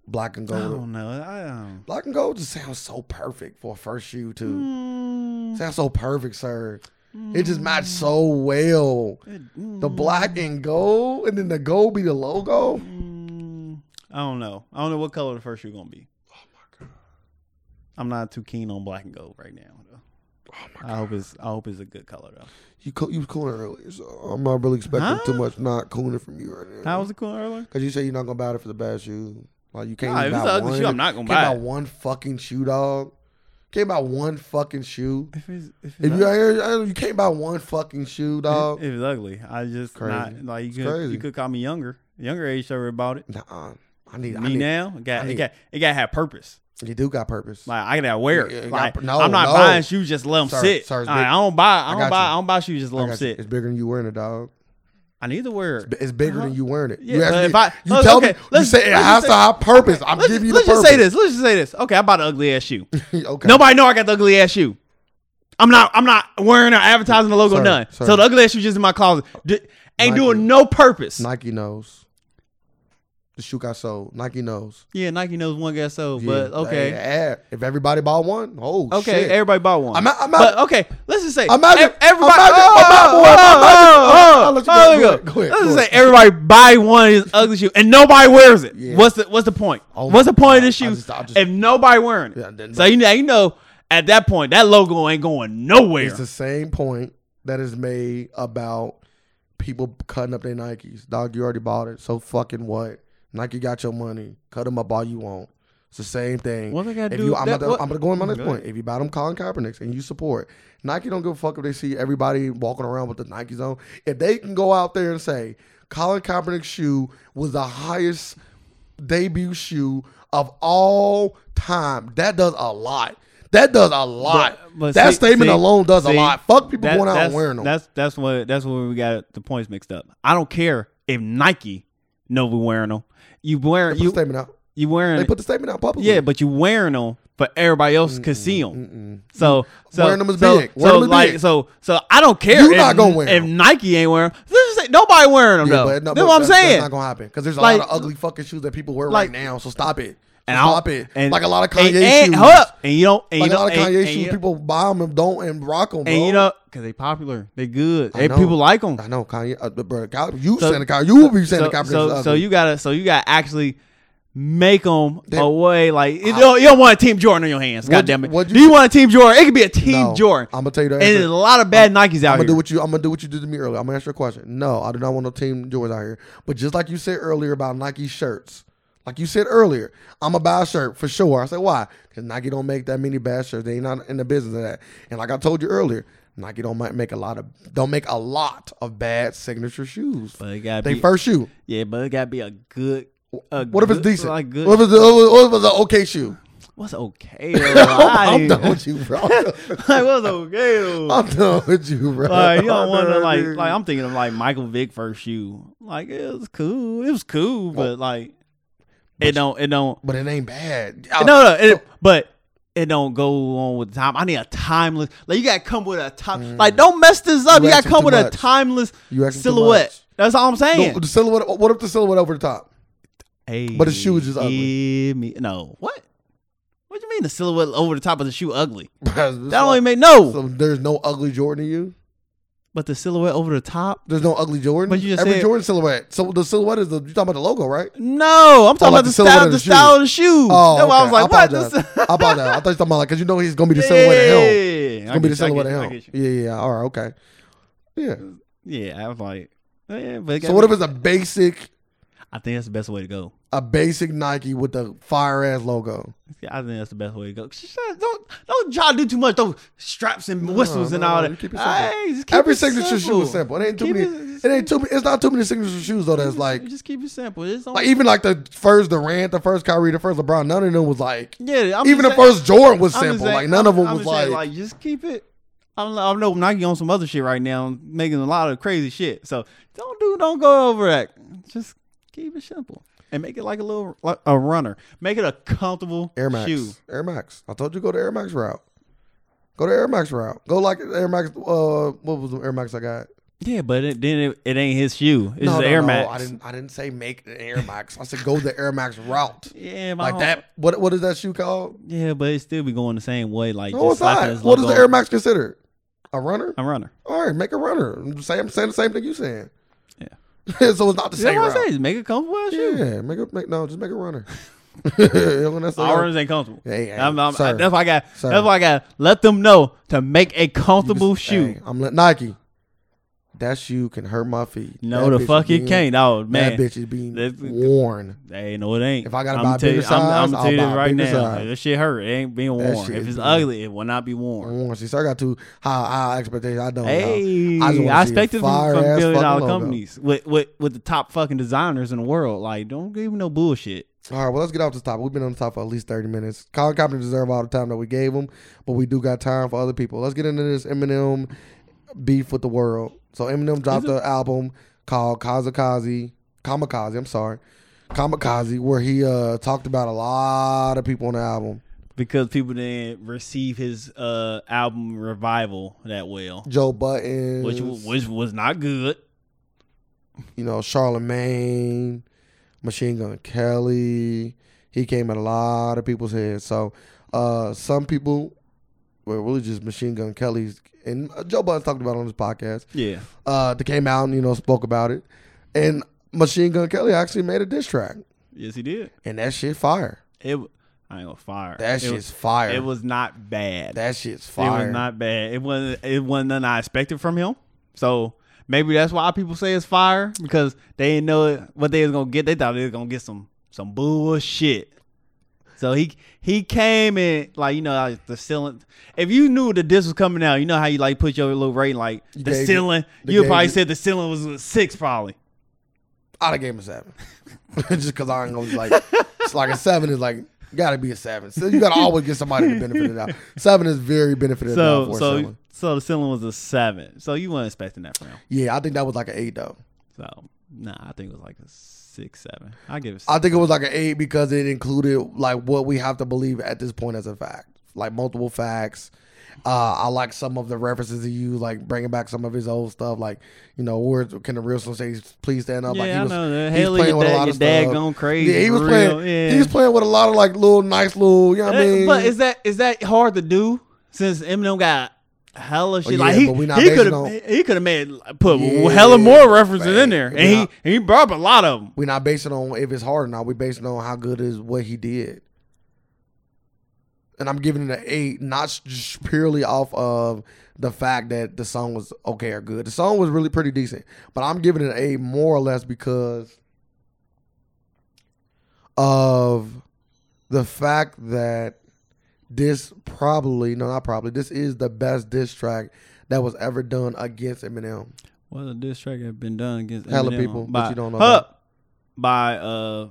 B: black and
A: I
B: gold.
A: don't know. I don't.
B: Black and gold just sounds so perfect for a first shoe too.
A: Mm,
B: Sounds so perfect, sir. It just matched so well.
A: it- mm,
B: The black and gold, and then the gold be the logo.
A: mm, I don't know. I don't know what color the first shoe gonna be. I'm not too keen on black and gold right now. Though.
B: Oh my!
A: I hope it's I hope it's a good color though.
B: You co- you was cooling earlier, so I'm not really expecting
A: Huh?
B: too much. Not cooling from you right now.
A: How was it cool earlier?
B: Cause you say you're not gonna buy it for the bad shoe. Like you can't.
A: Nah,
B: even
A: if it's
B: buy
A: an ugly
B: one.
A: shoe, I'm not gonna
B: Can't
A: buy it.
B: one fucking shoe, dog. Can't buy one fucking shoe.
A: If it's if it's
B: If you out here, you can't buy one fucking shoe, dog.
A: It, it was ugly. I just
B: Crazy.
A: not like you
B: It's
A: could
B: crazy.
A: you could call me younger, younger age show about it.
B: Nah, I need. I
A: me
B: need.
A: now, it got
B: I
A: it
B: need-
A: got it got to have purpose.
B: You do got purpose.
A: Like I gotta wear it.
B: Yeah, it
A: like
B: got- no,
A: I'm not
B: no.
A: buying shoes, just let them
B: Sir,
A: sit.
B: sir, it's
A: Like,
B: big.
A: I don't buy, I
B: I
A: don't
B: got
A: buy,
B: you.
A: I don't buy shoes, just let
B: I
A: them
B: got you.
A: sit.
B: It's bigger than you wearing it, dog.
A: I need to wear. it.
B: It's bigger than you wearing it.
A: Uh-huh. Yeah,
B: you
A: but
B: asked
A: if I-
B: me- you
A: let's-
B: tell
A: okay,
B: me. You
A: let's-
B: say it
A: let's
B: has to
A: just
B: have purpose. I'm
A: Let's,
B: giving you the
A: let's
B: purpose.
A: just say this. Let's just say this. Okay, I bought an ugly ass shoe.
B: this. (laughs) okay.
A: Nobody know I got the ugly ass shoe. I'm not. I'm not wearing or advertising the logo.
B: Sir,
A: none.
B: sir.
A: So the ugly ass shoe just in my closet. D- ain't
B: Nike.
A: doing no purpose.
B: Nike knows. the shoe got sold. Nike knows.
A: Yeah, Nike knows one got sold,
B: Yeah,
A: but okay,
B: like, eh, if everybody bought one, oh
A: okay,
B: shit.
A: everybody bought one.
B: I'm out- I'm
A: But
B: out-
A: okay, let's just say
B: Imagine-
A: ev- everybody.
B: imagine-
A: oh,
B: imagine-
A: oh,
B: imagine-
A: oh,
B: I'll let you
A: oh, oh, there
B: go. Go ahead,
A: we
B: go ahead,
A: Let's
B: go
A: just say
B: ahead.
A: everybody buy one of these ugly shoe and nobody wears it.
B: Yeah.
A: What's the what's the point?
B: Oh
A: what's the
B: my
A: point of
B: God.
A: this
B: I
A: shoe
B: just- I just-
A: if nobody wearing it?
B: Yeah, then-
A: so you know, you know, at that point, that logo ain't going nowhere.
B: It's the same point that is made about people cutting up their Nikes. Dog, you already bought it. So fucking what? Nike got your money. Cut them up all you want. It's the same thing.
A: What they gotta
B: If
A: do-
B: you- I'm,
A: that-
B: gonna,
A: what-
B: I'm gonna go on my
A: Mm,
B: next
A: go
B: point. If you buy them Colin Kaepernicks and you support Nike, don't give a fuck if they see everybody walking around with the Nikes on. If they can go out there and say Colin Kaepernick's shoe was the highest debut shoe of all time, that does a lot. That does a lot.
A: But- but
B: that
A: see-
B: statement
A: see-
B: alone does a
A: see,
B: lot. Fuck people
A: That-
B: going out
A: that's,
B: and wearing them.
A: That's that's what that's where we got the points mixed up. I don't care if Nike know we wearing them. You
B: they
A: wearing
B: put
A: you
B: the statement out.
A: you
B: They
A: wearing
B: put the statement out publicly.
A: yeah, but you wearing them, but everybody else can see them.
B: Mm-mm. Mm.
A: So, so
B: Wearing 'em is
A: so,
B: big. Wearing
A: So
B: 'em is
A: like
B: big.
A: so so I don't care.
B: You
A: if,
B: not gonna wear
A: if
B: 'em.
A: Nike ain't wearing. 'em. Let's just say nobody wearing them
B: Yeah,
A: though.
B: but
A: That's
B: no, but
A: what I'm
B: that's- that's
A: saying.
B: not gonna happen because there's a lot
A: Like-
B: of ugly fucking shoes that people wear
A: like-
B: right now. So stop it.
A: and I don't-
B: stop it.
A: And,
B: like a lot of
A: and-
B: Kanye
A: and,
B: shoes.
A: hold up. And you don't. And
B: Like
A: you
B: a
A: know.
B: lot of
A: and-
B: Kanye
A: and
B: shoes,
A: you-
B: people buy them and don't and rock them.
A: And you know, cause they popular, they good,
B: I
A: and
B: know.
A: people like them.
B: I know Kanye, uh, but bro, Kyle, you
A: So-
B: saying Kanye, you will be saying
A: so,
B: the Kaepernick
A: so,
B: is ugly.
A: so you gotta so you gotta actually make them
B: They-
A: away like you
B: I-
A: don't, you don't want a team jordan on your hands
B: What'd-
A: god damn it
B: what'd you
A: do you want a team jordan it could be a team
B: No,
A: jordan
B: I'm gonna tell you the
A: and there's
B: answer.
A: a lot of bad nikes out here
B: I'm gonna do what you. I'm gonna do what you did to me earlier. I'm gonna answer your question. No, I do not want no team Jordans out here. But just like you said earlier about Nike shirts, like you said earlier, I'm gonna buy a shirt for sure. I said why? Because Nike don't make that many bad shirts. They not in the business of that. And like I told you earlier, Nike don't ma- make a lot of don't make a lot of bad signature shoes.
A: but it gotta
B: They
A: be,
B: first shoe.
A: yeah but it gotta be a good a
B: What if it's
A: good-
B: decent?
A: like good
B: What if it's, what if it's an okay shoe?
A: what's
B: (laughs)
A: okay though?
B: I'm
A: I-
B: done with you,
A: (laughs)
B: bro.
A: like what's okay though?
B: I'm
A: (laughs)
B: done with you, bro.
A: like you don't want to like
B: Dude.
A: like I'm thinking of like Michael Vick first shoe like it was cool it was cool but like it don't it don't
B: but it ain't bad.
A: no, no, it, but it don't go on with time. I need a timeless. Like you gotta come with a time. Like don't mess this up.
B: Mm. You
A: You, gotta
B: asking
A: come
B: too
A: with
B: much.
A: a timeless
B: You asking too
A: silhouette.
B: much.
A: That's all I'm saying.
B: The, the silhouette. What if the silhouette over the top? (laughs)
A: hey,
B: but the shoe is just ugly.
A: give me- no, what? What do you mean the silhouette over the top of the shoe ugly?
B: that
A: That don't even make no.
B: So there's no ugly Jordan to you.
A: But the silhouette over the top.
B: There's no ugly Jordan.
A: But you just
B: every
A: said-
B: Jordan silhouette. So the silhouette is the you talking about the logo, right?
A: No, I'm talking
B: Oh, like
A: about
B: the
A: the,
B: silhouette
A: style,
B: of
A: the,
B: the shoe.
A: style of the shoe.
B: Oh,
A: That's why I was
B: okay.
A: like,
B: I
A: what?
B: apologize.
A: This-
B: I apologize. I thought you talking about like because you know he's gonna be (laughs) the
A: Yeah,
B: silhouette at hell. It's
A: I
B: gonna
A: get
B: be the
A: you, I
B: silhouette
A: get
B: at
A: you, I
B: hell.
A: get you.
B: Yeah, yeah. yeah. All right, okay. Yeah.
A: Yeah, I was like, yeah, but it
B: So
A: gotta
B: what
A: be-
B: if it's a basic,
A: I think that's the best way to go.
B: a basic Nike with the fire ass logo?
A: Yeah, I think that's the best way to go. Shh, shut- Don't don't try to do too much. Those straps and whistles and
B: no,
A: all
B: no,
A: that.
B: keep it simple.
A: Hey, just keep
B: Every
A: it
B: signature shoe
A: simple.
B: is simple. It ain't too
A: Keep
B: many.
A: it-
B: It, ain't too. It's not too many signature shoes though. That's like
A: just keep it simple. It's
B: Like even like the first Durant, the first Kyrie, the first LeBron, none of them was like.
A: yeah, I'm
B: even the
A: just saying-
B: first Jordan was
A: I'm just
B: simple.
A: saying-
B: like
A: I'm-
B: none of them
A: I'm
B: was
A: just saying,
B: like.
A: just keep it. I'm, I know Nike on some other shit right now, making a lot of crazy shit. So don't do, don't go over that. Just keep it simple and make it like a little like a runner. Make it a comfortable
B: Air Max.
A: shoe.
B: Air Max. I told you go to Air Max route. Go to Air Max route. Go like Air Max. Uh, what was the Air Max I got?
A: Yeah, but it, then it, it ain't his shoe. It's the Air Max.
B: I didn't. I didn't say make the Air Max. I said go the Air Max route.
A: Yeah, my
B: Like
A: hom-
B: that. What What is that shoe called?
A: Yeah, but it still be going the same way. Like
B: No,
A: just
B: it's not.
A: slapping
B: What is the Air
A: air?
B: Max considered? A runner.
A: A runner.
B: All right, make a runner. I'm saying, I'm saying the same thing you saying.
A: Yeah.
B: (laughs) so it's not the
A: That's
B: same.
A: what
B: route.
A: I say. Just make it comfortable as you.
B: Yeah, make a make no, just make
A: (laughs)
B: a runner. You know what I'm saying?
A: All runners ain't comfortable.
B: Hey, hey,
A: I'm, I'm,
B: sir.
A: that's why I got.
B: Sir.
A: That's why I got. Let them know to make a
B: You
A: comfortable
B: can-
A: shoe.
B: hey, I'm let Nike. That shoe can hurt my feet.
A: no,
B: That
A: the
B: bitch
A: fuck
B: is
A: it
B: being-
A: can't. Oh man,
B: That bitch is being
A: That's-
B: worn.
A: hey, no, it ain't.
B: If I gotta
A: I'm
B: buy a
A: tell you-
B: bigger
A: I'm,
B: size,
A: I'm gonna tell you this
B: I'll buy a
A: right
B: bigger
A: now.
B: size.
A: This shit hurt. It ain't being
B: That
A: worn.
B: shit
A: If
B: is
A: it's
B: being-
A: ugly, it will not be worn.
B: Worn. See, so I got too high, high expectations. I don't.
A: Hey,
B: know. Oh, I, just wanna
A: I,
B: see a
A: expect it from, from
B: fire-ass
A: billion
B: fucking
A: dollar
B: logo.
A: companies with, with with the top fucking designers in the world. Like, don't give me no bullshit.
B: All right, well, let's get off this topic. We've been on the top for at least 30 minutes. Colin Kaepernick deserve all the time that we gave him, but we do got time for other people. Let's get into this Eminem beef with the world. So Eminem dropped an album called Kamikaze, Kamikaze, I'm sorry, Kamikaze, where he uh, talked about a lot of people on the album.
A: because people didn't receive his uh album revival that well,
B: Joe Button,
A: which which was not good.
B: you know, Charlemagne, Machine Gun Kelly. He came in a lot of people's heads. So uh, some people were really just Machine Gun Kelly's, and Joe Budden talked about it on his podcast.
A: Yeah.
B: Uh, that came out and you know spoke about it, and Machine Gun Kelly actually made a diss track,
A: Yes, he did.
B: and that shit fire.
A: It. w- I ain't gonna fire.
B: That
A: it
B: shit's
A: was,
B: fire.
A: It was not bad.
B: that shit's
A: It
B: fire.
A: was not bad. It wasn't. It wasn't nothing I expected from him. So maybe that's why people say it's fire because they didn't know what they was gonna get. They thought they was gonna get some some bullshit. So he he came in like you know like the ceiling. If you knew that this was coming out, you know how you like put your little rating like the
B: gave it-
A: ceiling.
B: they
A: You
B: gave
A: probably
B: it-
A: said the ceiling was a six probably.
B: I'd have gave him a seven, (laughs) just because I ain't gonna be like it's like a seven is like gotta be a seven. So you gotta always get somebody to benefit it out. Seven is very benefited out
A: So
B: for
A: so
B: someone.
A: so the ceiling was a seven. So you weren't expecting that from him.
B: Yeah, I think that was like an eight though.
A: So nah, I think it was like a six seven. I give it.
B: I think it was like an eight because it included like what we have to believe at this point as a fact, like multiple facts. Uh, I like some of the references he used, like bringing back some of his old stuff, like you know, where can the real son say, "Please stand up"?
A: Yeah,
B: like
A: I know. that.
B: he was
A: Haley, your dad, your dad gone crazy.
B: Yeah, he was
A: for
B: playing.
A: real. Yeah.
B: He was playing with a lot of like little nice little. You know what I
A: Uh,
B: mean?
A: but is that is that hard to do since Eminem got hella shit?
B: Oh, yeah,
A: like he
B: but we not
A: he
B: basing
A: could have
B: on-
A: he could have made put
B: Yeah,
A: hella more references in
B: man.
A: there, and
B: We
A: he
B: not-
A: and he brought up a lot of them.
B: We're not basing on if it's hard or not. We're basing on how good is what he did. And I'm giving it an eight, not s- just purely off of the fact that the song was okay or good. The song was really pretty decent, but I'm giving it an eight more or less because of the fact that this probably, no, not probably, this is the best diss track that was ever done against Eminem.
A: Well, the diss track had been done against
B: Hella
A: Eminem
B: people, but
A: by,
B: you don't know
A: huh, by uh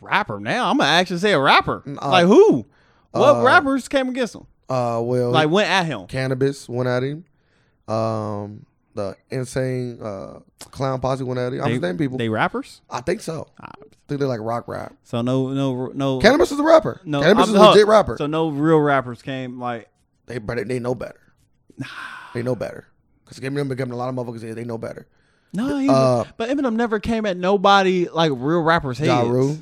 A: rapper. Now I'm gonna actually say a rapper.
B: Uh,
A: like who? What
B: uh,
A: rappers came against him?
B: Uh, well,
A: Like went at him?
B: Cannabis went at him. Um, the insane uh, clown posse went at him. I'm just naming people.
A: They rappers?
B: I think so. I
A: Ah,
B: think they like rock rap.
A: So no no no.
B: Cannabis is a rapper.
A: No,
B: Cannabis
A: I'm-
B: is a
A: huh,
B: legit rapper.
A: So no real rappers came like
B: they but they know better. they know better. Cause Eminem becoming a lot of motherfuckers. here, They know better.
A: no. He,
B: Uh,
A: but Eminem never came at nobody like real rappers heads.
B: Ja Rule.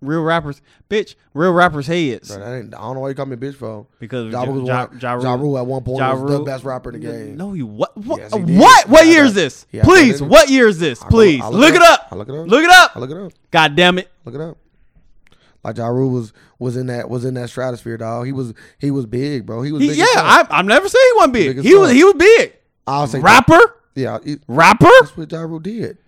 A: Real rappers, bitch. Real rappers heads
B: Bro, that ain't, I don't know why you call me a bitch for.
A: because
B: Ja Rule, was
A: Ja,
B: one-
A: ja,
B: Ja
A: Rule-
B: Rule at one point
A: Ja
B: was the
A: Rule-
B: best rapper in the game.
A: No, you what? What?
B: Yes, he did.
A: what? what
B: Yeah,
A: year
B: I
A: is
B: bet-
A: this?
B: yeah, I bet
A: Please,
B: it is.
A: what year is this?
B: I
A: Please,
B: I
A: look it up.
B: I look it up.
A: Look it up.
B: I look it up.
A: God damn it.
B: Look it up. Like Ja Rule was was in that was in that stratosphere, dog. He was he was big, bro. He was
A: He,
B: big
A: yeah,
B: as fuck.
A: I, I'm never saying he wasn't big.
B: Big as
A: He was.
B: fuck.
A: He was big.
B: I'll say
A: Rapper.
B: Yeah, it-
A: Rapper.
B: that's what Ja Rule did.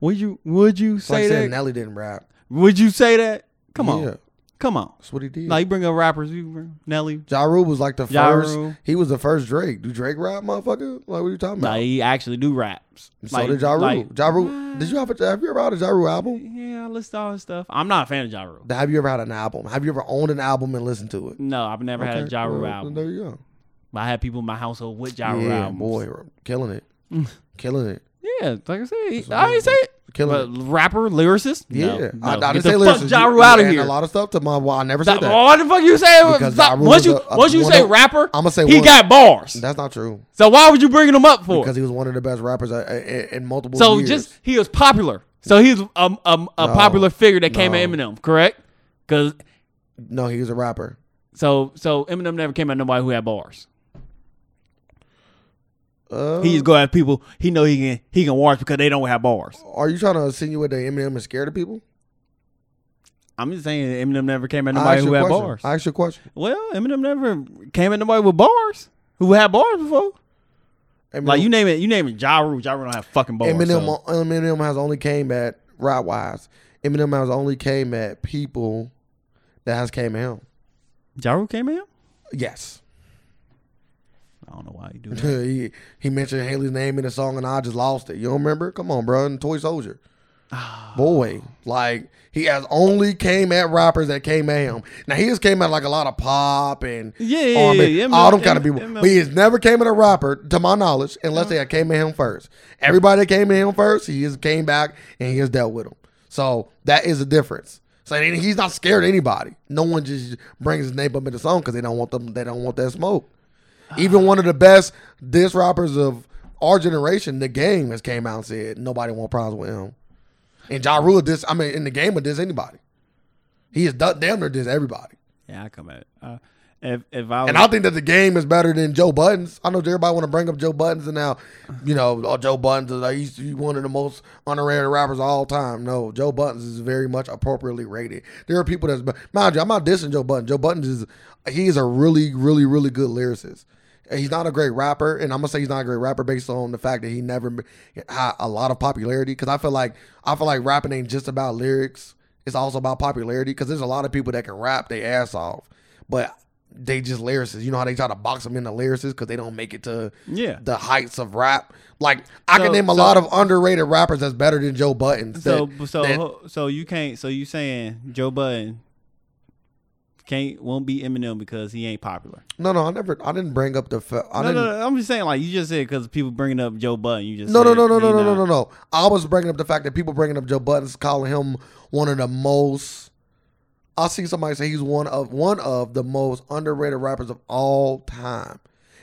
A: Would you? Would you
B: It's like
A: say
B: saying
A: that?
B: Nelly didn't rap.
A: Would you say that? Come
B: Yeah,
A: on. Come on.
B: that's what he did.
A: Like you bring up rappers. You bring Nelly.
B: Ja Rule was like the
A: Ja
B: first.
A: Rule.
B: He was the first Drake. Do Drake rap, motherfucker? Like what are you talking about?
A: Like he actually do raps.
B: so
A: like,
B: did Ja Rule.
A: like-
B: ja Rule. Did you have a, have you ever had a Ja Rule album?
A: Yeah, I listen to all his stuff. I'm not a fan of Ja Rule.
B: Have you ever had an album? Have you ever owned an album and listened to it?
A: No, I've never had a
B: Okay,
A: Ja Rule
B: well,
A: album.
B: There you go.
A: But I had people in my household with Ja Rule
B: Yeah,
A: albums.
B: boy, we're killing
A: (laughs)
B: it, killing it,
A: Yeah, like I said, he-
B: what
A: I
B: I'm
A: ain't say it.
B: killing
A: But
B: it.
A: rapper, lyricist? No,
B: Yeah,
A: no.
B: I, I
A: Get the
B: didn't say
A: fuck
B: lyricist.
A: Ja
B: You-
A: Rule out of
B: you adding
A: here.
B: A lot of stuff to my. Well, I never said
A: Stop.
B: that.
A: What the fuck you saying?
B: Because Ja
A: Stop.
B: Rule
A: Once
B: was
A: you
B: a- a-
A: once you
B: one
A: say
B: of-
A: rapper,
B: I'ma say
A: he
B: one-
A: got bars.
B: That's not true.
A: So why would you bringing him up for?
B: Because he was one of the best rappers uh, uh, in, in multiple.
A: So
B: years.
A: just he was popular. So he's a, a, a popular figure that came at Eminem, correct? Because
B: no, he was a rapper.
A: so so Eminem never came at nobody who had bars.
B: Uh,
A: He just go at people he know he can he can watch because they don't have bars.
B: Are you trying to insinuate that Eminem is scared of people?
A: I'm just saying Eminem never came at
B: I
A: nobody
B: asked
A: who
B: you a
A: had
B: question.
A: bars.
B: I asked you a question.
A: well, Eminem never came at nobody with bars who had bars before.
B: Eminem,
A: Like you name it, you name it. Ja Rule, Ja Rule don't have fucking bars.
B: Eminem,
A: so.
B: Eminem has only came at rap wise. Eminem has only came at people that has came at him.
A: Ja Rule came at him.
B: Yes. (laughs)
A: I don't know why you do that.
B: he, he mentioned Haley's name in a song and I just lost it. You don't remember? Come on, bro. And Toy Soldier. Boy, like he has only came at rappers that came at him. Now he just came at like a lot of pop and
A: Yeah, yeah,
B: R&B,
A: yeah, yeah.
B: all them kind of
A: Eminem-
B: people.
A: Eminem-
B: But he has never came at a rapper, to my knowledge, unless they had came at him first. Everybody that came at him first, he just came back and he has dealt with him. So that is a difference. So and he's not scared of anybody. No one just brings his name up in the song because they don't want them. They don't want that smoke. Even one of the best diss rappers of our generation, the game has came out and said nobody want problems with him. And Ja Rule this I mean in the game of this anybody. He is done- damn near this everybody.
A: Yeah, I come at it. Uh, if if I was,
B: And I think that the game is better than Joe Buttons. I know everybody want to bring up Joe Buttons and now, you know, oh, Joe Buttons is like, he's, he's one of the most underrated rappers of all time. No, Joe Buttons is very much appropriately rated. There are people that's mind you, I'm not dissing Joe Buttons. Joe Buttons is he is a really, really, really good lyricist. And He's not a great rapper, and I'm gonna say he's not a great rapper based on the fact that he never had a lot of popularity. Because I feel like I feel like rapping ain't just about lyrics; it's also about popularity. Because there's a lot of people that can rap their ass off, but they just lyricists. You know how they try to box them into lyricists because they don't make it to
A: yeah.
B: the heights of rap. Like I
A: So-
B: can name a
A: so-
B: lot of underrated rappers that's better than Joe Button.
A: So
B: that-
A: so
B: that-
A: ho- so you can't. So you saying Joe Budden can't won't be Eminem because he ain't popular.
B: no, no, I never, I didn't bring up the. Fa- I
A: No,
B: didn't,
A: no, no, I'm just saying like you just said because people bringing up Joe Budden. You just
B: No, no,
A: said
B: no, no,
A: he
B: no, no,
A: not.
B: no, no, no. I was bringing up the fact that people bringing up Joe Buttons, calling him one of the most. I see somebody say he's one of one of the most underrated rappers of all time.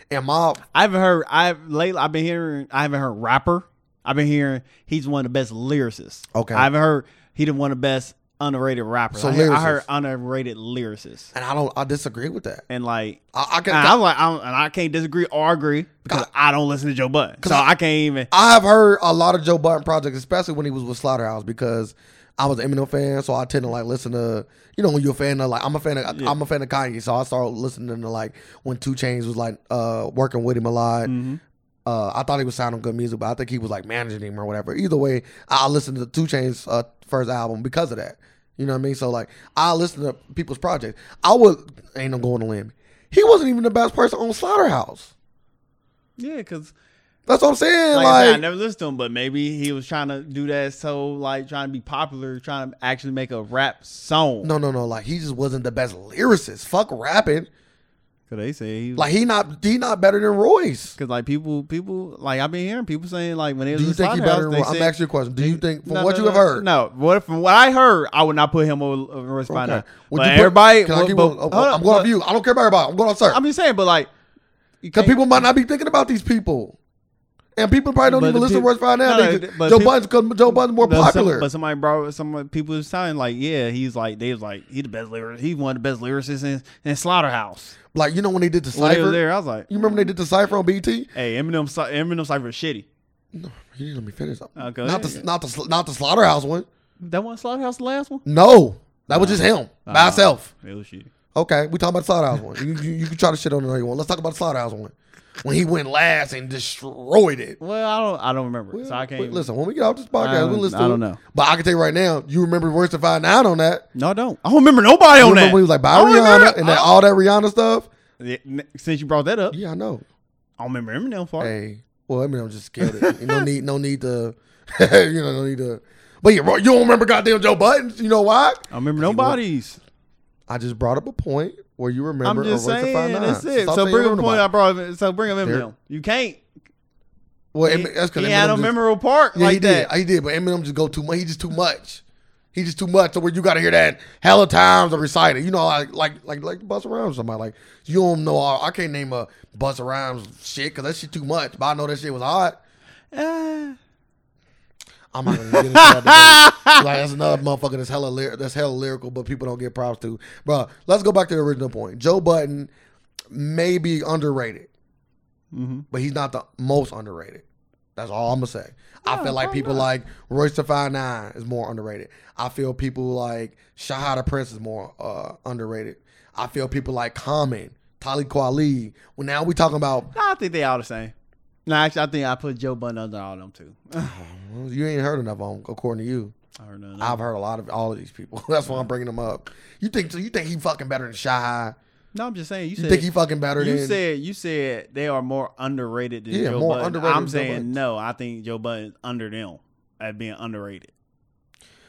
B: And my
A: I haven't heard. I lately I've been hearing. I haven't heard rapper. I've been hearing he's one of the best lyricists.
B: Okay.
A: I haven't heard he the one of the best underrated rappers.
B: So
A: I, hear- I
B: lyricist.
A: heard underrated lyricists
B: and I don't I disagree with that.
A: and like.
B: I, I can
A: and I'm like, I'm, and I can't disagree or agree because
B: Uh,
A: I don't listen to Joe Budden, so I, can't even.
B: I have heard a lot of Joe Button projects, especially when he was with Slaughterhouse, because I was an Eminem fan, so I tend to like listen to you know when you're a fan of like I'm a fan of I'm a fan of Kanye, so I started listening to like when Two Chains was like uh working with him a lot.
A: Mm-hmm.
B: Uh, I thought he was sounding good music, but I think he was like managing him or whatever. Either way, I listened to Two Chains' uh, first album because of that. You know what I mean? So like, I listen to people's projects. I would ain't no going to limb. He wasn't even the best person on Slaughterhouse.
A: Yeah, because
B: That's what I'm saying.
A: like,
B: Like,
A: I, said, I never listened to him, but maybe he was trying to do that so like trying to be popular, trying to actually make a rap song.
B: No, no, no. Like he just wasn't the best lyricist. Fuck rapping.
A: Cause they say he was,
B: Like he not he not better than Royce.
A: cause like people people like I've been hearing people saying like when they was
B: Do you
A: in
B: think he
A: Slaughterhouse,
B: better than
A: they
B: Royce? I'm
A: said-
B: asking you a question. Do you think from
A: No,
B: what
A: no,
B: you
A: no,
B: have heard?
A: No, what from what I heard, I would not put him over, over Royce
B: Okay.
A: Finehouse.
B: Would
A: But
B: you put-
A: everybody,
B: can I
A: but-
B: keep
A: but-
B: on-
A: hold
B: oh,
A: up,
B: I'm going
A: but-
B: off you. I don't care about everybody. I'm going off sir.
A: I'm just saying, but like, you
B: Because
A: can't-
B: people might not be thinking about these people. And people probably don't
A: But
B: even
A: the
B: listen
A: peop-
B: to Royce Finehouse.
A: no, no,
B: They just-
A: but
B: Joe
A: people-
B: Budden's cause Joe Budden's more
A: No, some-
B: popular.
A: but somebody brought some people was telling like, yeah, he's like they was like he the best lyric, he one of the best lyricists in, in Slaughterhouse.
B: like you know when they did the
A: When they was
B: cipher.
A: there, I was like,
B: You remember when they did the cipher on BT?
A: hey, Eminem, Cy- Eminem cipher is shitty.
B: No, you didn't let me finish.
A: Uh, go
B: not
A: ahead.
B: the not the sl- not the slaughterhouse one.
A: That one Slaughterhouse, the last
B: (laughs)
A: one,
B: No, that was just him by
A: Uh,
B: himself.
A: It was shitty.
B: Okay, we talking about the slaughterhouse one. You, you, you can try to shit on another one. Let's talk about the slaughterhouse one. When he went last and destroyed it.
A: Well, I don't, I don't remember, so I can't.
B: Wait,
A: even-
B: listen, when we get off this
A: I
B: podcast,
A: don't-
B: we'll listen
A: I
B: to
A: don't
B: it.
A: know.
B: But I can tell you right now, you remember worse than five nine on that.
A: No, I don't. I don't remember nobody
B: You
A: on
B: remember
A: that. Oh,
B: when he was like by
A: I don't
B: Rihanna
A: remember-
B: and that,
A: I-
B: all that Rihanna stuff?
A: Yeah, n- Since you brought that up,
B: Yeah, I know.
A: I don't remember Eminem for it.
B: Hey. Well, I mean I'm just scared of it. No need no need to (laughs) you know, no need to But yeah, you don't remember goddamn Joe Buttons, you know why?
A: I remember nobody's.
B: I just brought up a point where you remember
A: I'm just
B: a worse than
A: saying,
B: five nine.
A: that's it.
B: all
A: So
B: I'm
A: bring
B: saying,
A: up a point.
B: nobody.
A: I brought. up- So bring up
B: There-
A: Eminem. You can't.
B: Well,
A: He,
B: Em- that's because
A: he had a memorable part
B: Yeah,
A: like
B: he
A: that. (laughs)
B: did. He did, but Eminem just go too much. He just too much. He just too much. So where you got to hear that hella times or recite it. You know, like like like like Busta Rhymes. Somebody like you don't know. all- I can't name a Busta Rhymes shit because that shit too much. But I know that shit was hot.
A: Ah.
B: I'm not gonna get into that
A: (laughs) Ah.
B: debate. Like that's another motherfucker that's hella lyri- that's hella lyrical, but people don't get props to. Bro, let's go back to the original point. Joe Button may be underrated.
A: Mhm.
B: but he's not the most underrated. That's all I'm gonna say. I
A: No,
B: feel like
A: probably
B: people
A: not.
B: like Royce to Five Nine is more underrated. I feel people like Shahada Prince is more uh, underrated. I feel people like Common, Talib Kweli. Well, now we talking about
A: I think they all the same. No, actually, I think I put Joe Budden under all them too. (sighs)
B: well, you ain't heard enough of them, according to you.
A: I don't know.
B: I've heard a lot of all of these people. (laughs) That's why I'm bringing them up. You think so? You think he fucking better than Shy?
A: no, I'm just saying. You
B: You
A: said
B: think he fucking better
A: you
B: than?
A: said you said they are more underrated than
B: Yeah,
A: Joe
B: more
A: Budden.
B: underrated
A: I'm
B: than Joe
A: saying
B: Budden.
A: no. I think Joe Budden's under them at being underrated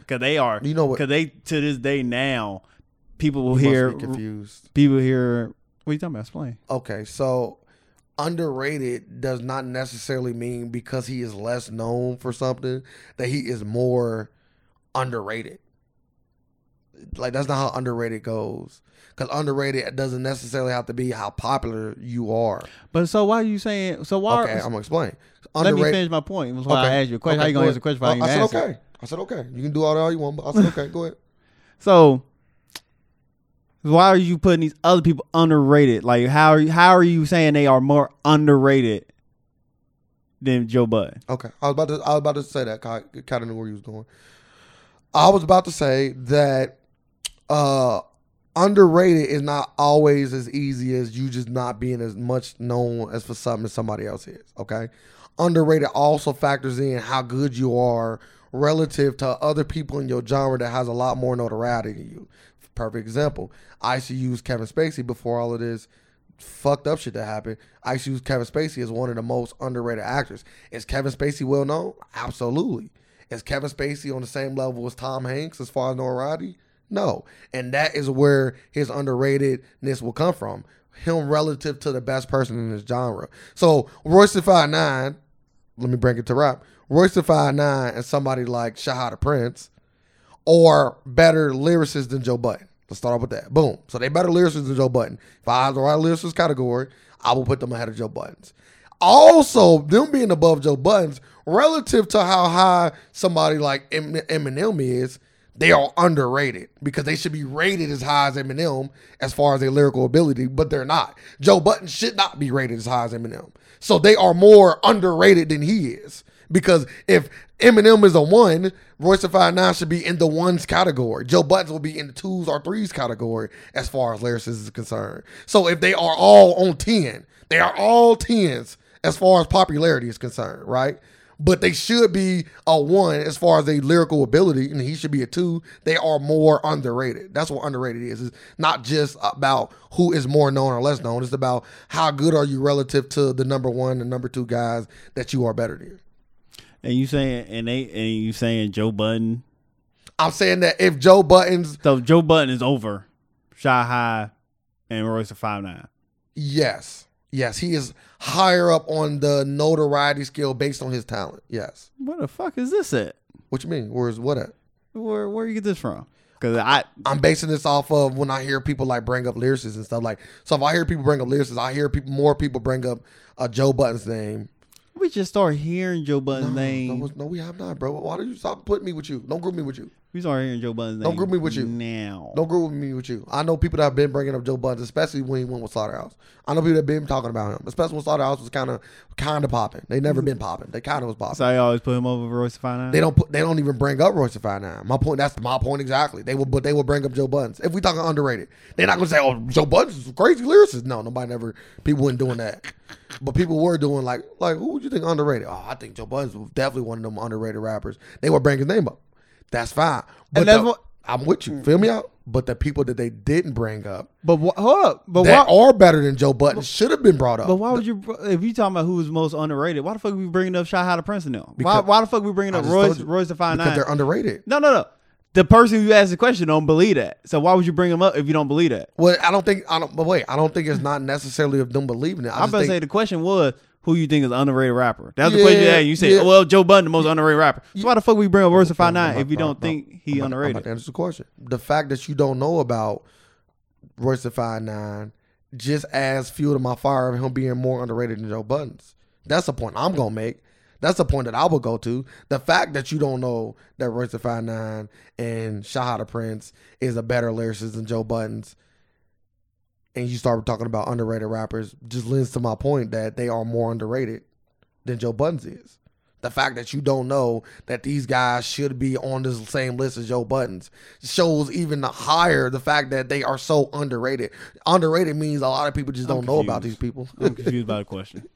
A: because they are.
B: you know what?
A: Because they to this day now, people will
B: You must be
A: hear
B: confused.
A: people hear. What are you talking about? Explain.
B: Okay, so underrated does not necessarily mean because he is less known for something that he is more underrated. like that's not how underrated goes. Cause underrated doesn't necessarily have to be how popular you are.
A: But so why are you saying? So why?
B: Okay, I'm gonna explain.
A: let me
B: Underrated-
A: finish my point. That's why I asked you a question.
B: okay,
A: How you gonna
B: go
A: answer the question? if I,
B: ahead.
A: ain't
B: I, I said
A: answer it?
B: okay. I said okay. You can do all that all you want, but I said okay.
A: (laughs)
B: Go ahead.
A: So why are you putting these other people underrated? Like how are you, how are you saying they are more underrated than Joe Budden?
B: Okay, I was about to. I was about to say that. I kind of knew where you was going. I was about to say that uh underrated is not always as easy as you just not being as much known as for something as somebody else is. Okay, underrated also factors in how good you are relative to other people in your genre that has a lot more notoriety than you. Perfect example. I used to use Kevin Spacey before all of this fucked up shit that happened. I used to use Kevin Spacey as one of the most underrated actors. Is Kevin Spacey well known? Absolutely. Is Kevin Spacey on the same level as Tom Hanks as far as notoriety? No. And that is where his underratedness will come from. Him relative to the best person in his genre. So Royce the Five Nine, let me bring it to rap. Royce the Five Nine and somebody like Shahada Prince or better lyricists than Joe Button. Let's start off with that. Boom. So they better lyricists than Joe Button. If I had the right lyricist category, I will put them ahead of Joe Buttons. Also, them being above Joe Buttons, relative to how high somebody like Em- Eminem is, they are underrated because they should be rated as high as Eminem as far as their lyrical ability, but they're not. Joe Button should not be rated as high as Eminem. So they are more underrated than he is. Because if Eminem is a one, Royce the Five Nine should be in the ones category. Joe Buttons will be in the twos or threes category as far as lyricists is concerned. So if they are all on 10, they are all 10s as far as popularity is concerned, right? But they should be a one as far as their lyrical ability, and he should be a two. They are more underrated. That's what underrated is. It's not just about who is more known or less known. It's about how good are you relative to the number one and number two guys that you are better than.
A: And you saying and they and you saying Joe Budden.
B: I'm saying that if Joe Buttons,
A: So Joe Budden is over, Shy High, and Royce Five Nine.
B: yes, yes, he is higher up on the notoriety scale based on his talent. Yes.
A: What the fuck is this at?
B: What you mean? Where's what at?
A: Where where you get this from? Because I
B: I'm basing this off of when I hear people like bring up lyricists and stuff like. So if I hear people bring up lyricists, I hear people more people bring up uh, Joe Button's name.
A: we just start hearing Joe Budden's
B: No,
A: name.
B: was- no, we have not, bro. Why do you stop putting me with you? Don't group me with you.
A: We start hearing Joe Budden's
B: Don't
A: name.
B: group me with you.
A: now.
B: Don't group me with you. I know people that have been bringing up Joe Buttons, especially when he went with Slaughterhouse. I know people that have been talking about him, especially when Slaughterhouse was kind of kind of popping. They never been popping. They kind of was popping.
A: So I always put him over Royce Five Nine.
B: They don't put. They don't even bring up Royce the Five Nine. My point. That's my point exactly. They will, but they will bring up Joe Buttons. If we talking underrated, they're not gonna say, "Oh, Joe Buttons is a crazy lyricist." No, nobody never. People weren't
A: (laughs)
B: doing that, but people were doing like, like who would you think underrated? Oh, I think Joe Buttons was definitely one of them underrated rappers. They would bring his name up. That's fine. But
A: And that's
B: the-
A: what-
B: I'm with you. Feel me out. But the people that they didn't bring up
A: but wh- hold up. But
B: that
A: why?
B: are better than Joe Buttons should have been brought up.
A: But why would you? If you talking about who was most underrated, why the fuck we bringing up Shy High the Prince now? Why?
B: Because-
A: Why the fuck we bringing
B: I
A: up
B: just
A: Royce?
B: told you.
A: Royce the Five
B: because
A: Nine?
B: they're underrated.
A: No, no, no. The person who asked the question don't believe that. So why would you bring him up if you don't believe that?
B: Well, I don't think I don't. But wait, I don't think it's not necessarily of them believing it. I
A: I'm
B: just
A: about to
B: think,
A: say the question was who you think is an underrated rapper. That's the question you
B: Yeah,
A: asked. You said,
B: yeah.
A: well, Joe Budden, the most underrated rapper. So why the fuck we bring up Royce the Five Nine
B: about-
A: if you
B: no,
A: don't
B: no.
A: think he
B: I'm about to- I'm about
A: underrated?
B: to answer the question. The fact that you don't know about Royce the Five Nine just adds fuel to my fire of him being more underrated than Joe Buttons. That's the point I'm gonna make. That's the point that I would go to. The fact that you don't know that Royce the Five Nine and Shahada Prince is a better lyricist than Joe Buttons, and you start talking about underrated rappers, just lends to my point that they are more underrated than Joe Buttons is. The fact that you don't know that these guys should be on this same list as Joe Buttons shows even higher the fact that they are so underrated. Underrated means a lot of people just
A: I'm
B: don't know about these
A: confused. (laughs)
B: people.
A: I'm confused by the question.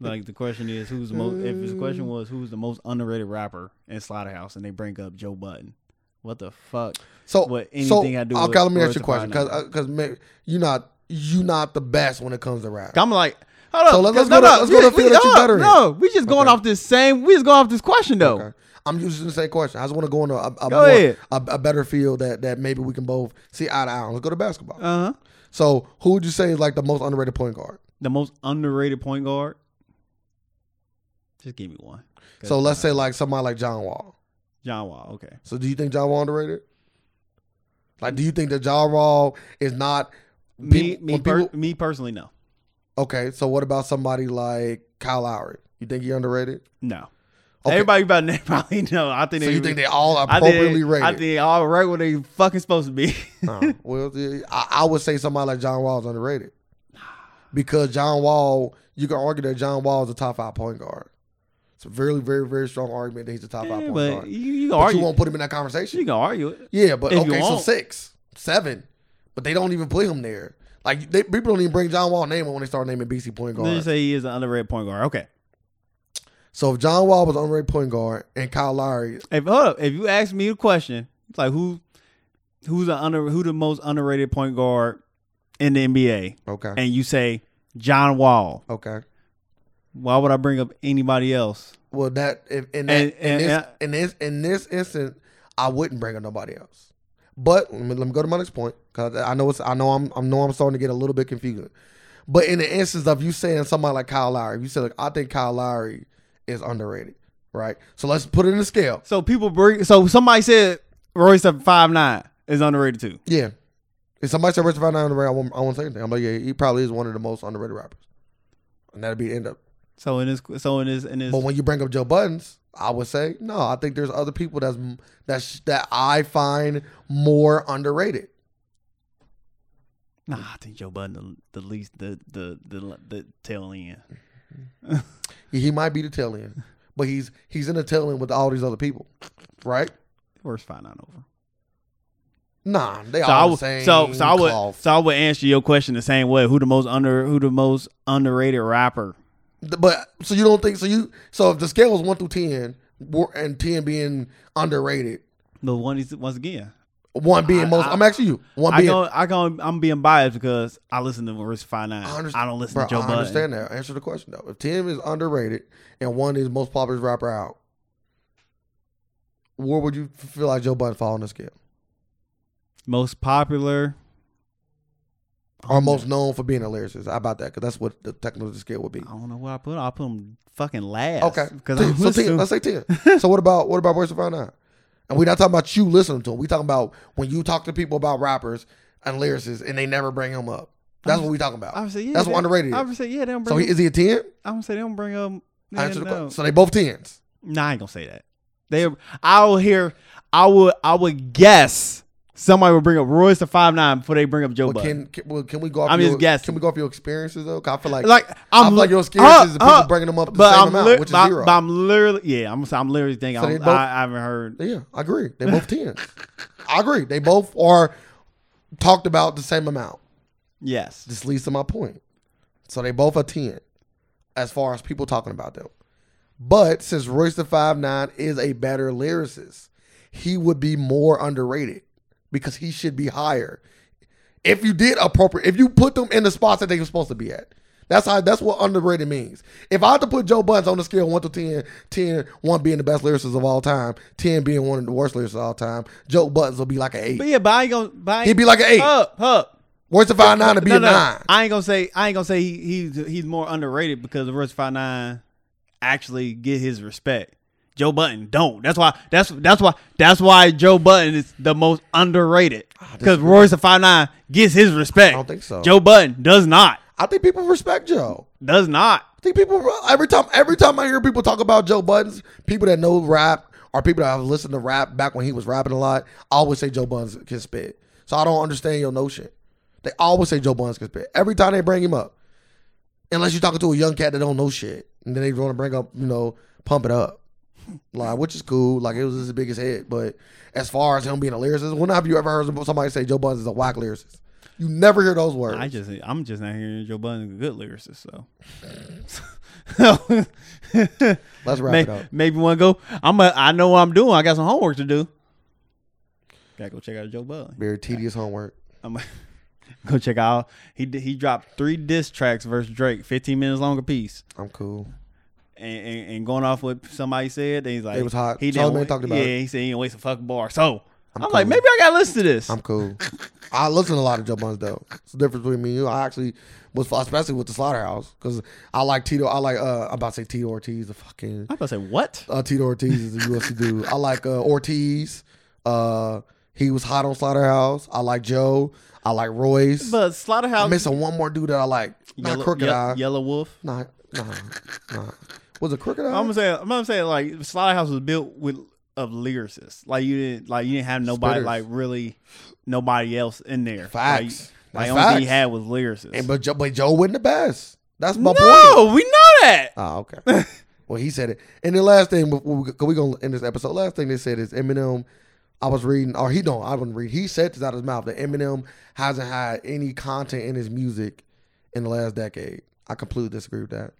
A: Like the question is who's the most? If the
B: Uh.
A: question was who's the most underrated rapper in Slaughterhouse, and they bring up Joe Budden, what the fuck?
B: So,
A: What
B: so
A: anything I do
B: okay,
A: with
B: let me ask
A: Royce
B: you a question
A: Define
B: because because you not you not the best when it comes to rap.
A: I'm like, hold up.
B: So let's- let's
A: 'cause- no,
B: go to-
A: no,
B: let's go to
A: yeah,
B: the field
A: we-
B: that you
A: hold up,
B: better in.
A: No, we just going off this same. We just going off this question though.
B: Okay. I'm using the same question. I just want to go into a,
A: Go
B: a, more-
A: ahead.
B: a, a better field that, that maybe we can both see eye to eye. on. Let's go to basketball.
A: Uh huh.
B: so, who would you say is like the most underrated point guard?
A: The most underrated point guard. Just give me one. 'Cause
B: So, let's
A: I-
B: say like somebody like John Wall.
A: John Wall. Okay.
B: So, do you think John Wall underrated? Like, do you think that Ja Rule is not
A: Me,
B: peop-
A: me,
B: when
A: per-
B: people-
A: me personally, no,
B: okay? So what about somebody like Kyle Lowry? You think he underrated?
A: no.
B: Okay.
A: Everybody about that (laughs) probably know. I think
B: So
A: they.
B: you think they all
A: I think-
B: appropriately rated?
A: I think they all right where they fucking supposed to be.
B: Oh, well, yeah, I, I would say somebody like John Wall is underrated because John Wall, you can argue that John Wall is a top five point guard. It's a very, very, very strong argument that he's
A: (laughs)
B: a top five
A: Yeah,
B: point
A: but
B: guard.
A: you, you can
B: But you
A: argue.
B: won't put him in that
A: You,
B: conversation.
A: can argue it.
B: Yeah, but
A: if you
B: okay, so
A: won't.
B: six, seven, but they don't even put him there. Like they, people don't even bring John Wall name when they start naming BC
A: Let's just
B: point guard.
A: say he is an underrated point guard. Okay.
B: So if John Wall was underrated point guard and Kyle Lowry,
A: If hold up, if you ask me the question, it's like who, who's the under, who the most underrated point guard in the NBA,
B: okay,
A: and you say John Wall,
B: okay.
A: why would I bring up anybody else?
B: Well, that if in that
A: And-
B: in,
A: and-
B: this,
A: and-
B: in this in this instance, I wouldn't bring up nobody else. But let me, let me go to my next point because I know it's I know I'm I know I'm starting to get a little bit confusing. But in the instance of you saying somebody like Kyle Lowry, if you said like I think Kyle Lowry is underrated, right? So let's put it in the scale.
A: So people bring. So somebody said Royce at five nine is underrated too.
B: Yeah. If somebody said Rich Van underrated, I won't, I won't say anything. I'm like, yeah, he probably is one of the most underrated rappers, and that'd be the end up.
A: So in this, so in this, in this,
B: But when you bring up Joe Buttons, I would say no. I think there's other people that's that's that I find more underrated.
A: nah, I think Joe Budden the, the least the the the the tail end.
B: He, he might be the tail
A: (laughs)
B: end, but he's he's in the tail end with all these other people, right?
A: Worst five nine over.
B: Nah, they
A: So
B: all
A: I
B: the
A: would,
B: same.
A: so so I would,
B: cloth.
A: so I would answer your question the same way. Who the most under, who the most underrated rapper?
B: but so you don't think so you so if the scale is one through ten, wo- and ten being underrated,
A: The one is once again.
B: one being
A: I-
B: most.
A: I-
B: I, am actually you. One
A: I
B: being.
A: go, I go, I'm being biased because I listen to Risk Five Nine.
B: I
A: I,
B: understand-
A: don't listen
B: Bro,
A: to Joe
B: I
A: Budden.
B: understand that. Answer the question though. If Tim is underrated and one is most popular rapper out, where would you feel like Joe Budden fall on the scale?
A: Most popular
B: Or most known for being a lyricist? How about that? Because that's what the technical scale would be.
A: I don't know where I put. Him. I put him fucking last.
B: Okay.
A: because
B: Ten.
A: I'm
B: (laughs) so ten. Let's say ten. so what about what about Royce Five Nine? And we're not talking about you listening to him. We talking about when you talk to people about rappers and lyricists and they never bring him up. That's what we talking about.
A: (laughs) I would say yeah.
B: That's
A: they-
B: what underrated
A: I
B: is.
A: would say yeah. They don't
B: So
A: bring.
B: he, is he a ten?
A: I would say they don't bring up. Yeah,
B: Answer the
A: no.
B: question. So they both tens.
A: Nah, I ain't gonna say that. They, I will hear. I would. I would guess somebody would bring up Royce to Five Nine before they bring up Joe
B: But
A: Budden.
B: can, can, well, can we go off
A: I'm
B: your,
A: just guessing.
B: Can we go off your experiences though? 'Cause I feel like
A: Like
B: I'm,
A: I'm
B: like your
A: uh,
B: experiences is people
A: uh,
B: bringing them up the
A: but
B: same
A: I'm
B: amount,
A: lit-
B: which is
A: but,
B: zero.
A: but I'm literally yeah. I'm I'm literally thinking
B: So
A: I,
B: they
A: don't-
B: both-
A: I, I haven't heard.
B: yeah, I agree. They both tens. I agree. They both are talked about the same amount.
A: Yes.
B: This leads to my point. So they both are ten as far as people talking about them. But since Royce the Five Nine is a better lyricist, he would be more underrated because he should be higher. If you did appropriate, if you put them in the spots that they were supposed to be at. That's how that's what underrated means. If I had to put Joe Buns on the scale of one to 10, 10, 1 being the best lyricist of all time, 10 being one of the worst lyricists of all time, Joe Buns will be like an
A: But uh,
B: eight.
A: yeah, but I ain't gonna. But I ain't,
B: He'd be like an eight.
A: up, up.
B: Royce the Five Nine would be a nine.
A: I ain't gonna say I ain't gonna say he, he's he's more underrated because Royce Five Nine actually get his respect. Joe Button don't. That's why. That's that's why. That's why Joe Button is the most underrated because Royce the Five Nine gets his respect.
B: Ah, I don't think so.
A: Joe Button does not.
B: I think people respect Joe.
A: Does not.
B: I think people every time every time I hear people talk about Joe Buttons, people that know rap or people that have listened to rap back when he was rapping a lot, I always say Joe Buttons can spit. So I don't understand your notion. They always say Joe Buttons can spit every time they bring him up, unless you're talking to a young cat that don't know shit, and then they want to bring up you know pump it up, like which is cool. Like it was his biggest hit, but as far as him being a lyricist, when have you ever heard somebody say Joe Buttons is a whack lyricist? You never hear those words.
A: I just I'm just not hearing Joe Button is a good lyricist. (laughs) So.
B: Let's wrap
A: May-
B: it up.
A: Maybe want to go. I'm. A, I know what I'm doing. I got some homework to do. Gotta go check out Joe Budden.
B: Very tedious homework.
A: I'm (laughs) go check out. He did- he dropped three diss tracks versus Drake, 15 minutes long apiece,
B: I'm cool.
A: and, and, and going off what somebody said. Then he's like,
B: It was hot.
A: He
B: Charlamagne
A: didn't wa-
B: talked about
A: Yeah,
B: it.
A: he said he didn't waste a fucking bar. So I'm,
B: cool.
A: like, maybe I gotta listen to this.
B: I'm cool. I listen to a lot of Joe Buns though. It's the difference between me and you. I actually was especially with the slaughterhouse because I like Tito. I like uh, I'm about to say Tito Ortiz, the fucking
A: I'm about to say what?
B: uh, Tito Ortiz is a UFC dude. I like uh, Ortiz. Uh, He was hot on Slaughterhouse. I like Joe. I like Royce.
A: But um,
B: I'm
A: Slaughterhouse,
B: missing one more dude that I like. Not
A: Yellow,
B: Crooked
A: Ye-
B: Eye.
A: Yellow Wolf.
B: Nah, nah, nah. Was it Crooked Eye?
A: I'm gonna say, I'm gonna say, like Slaughterhouse was built with of lyricists. Like you didn't, like you didn't have nobody,
B: Spitters.
A: like really, nobody else in there. Like,
B: Facts.
A: like
B: That's
A: only thing you
B: facts.
A: had was lyricists.
B: And but Joe, but Joe wasn't the best. That's my point.
A: no, we know that.
B: Oh, okay. (laughs) well, he said it. And the last thing, before we, go- we gonna end this episode. Last thing they said is Eminem. I was reading, or he don't. I wouldn't read. He said this out of his mouth that Eminem hasn't had any content in his music in the last decade. I completely disagree with that.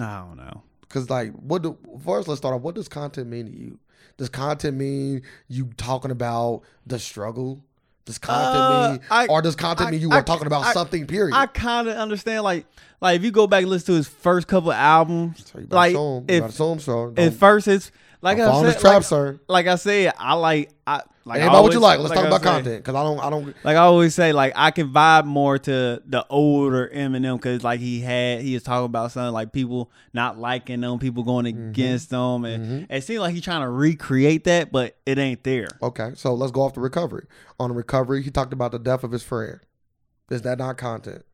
A: I don't know.
B: Cause like, what do first? Let's start off. What does content mean to you? Does content mean you talking about the struggle? Does content
A: Uh,
B: mean,
A: I-
B: or does content
A: I-
B: mean you
A: I-
B: are talking about
A: I-
B: something? Period.
A: I kind of understand. Like, like if you go back and listen to his first couple albums,
B: so you better
A: like
B: show him. You better
A: if
B: show him, sir. Don't-
A: at first it's like
B: don't fall
A: I
B: in this
A: said,
B: trap,
A: like,
B: sir.
A: like I said, I like I like. I
B: Hey, about what
A: always-
B: you like. Let's talk
A: I
B: about
A: say-
B: content because I don't, I don't.
A: Like I always say, like I can vibe more to the older Eminem because like he had he was talking about something like people not liking them, people going
B: Mm-hmm.
A: against them, and it seemed like he's trying to recreate that, but it ain't there.
B: Okay, so let's go off the recovery. On the recovery, he talked about the death of his friend. Is that not content?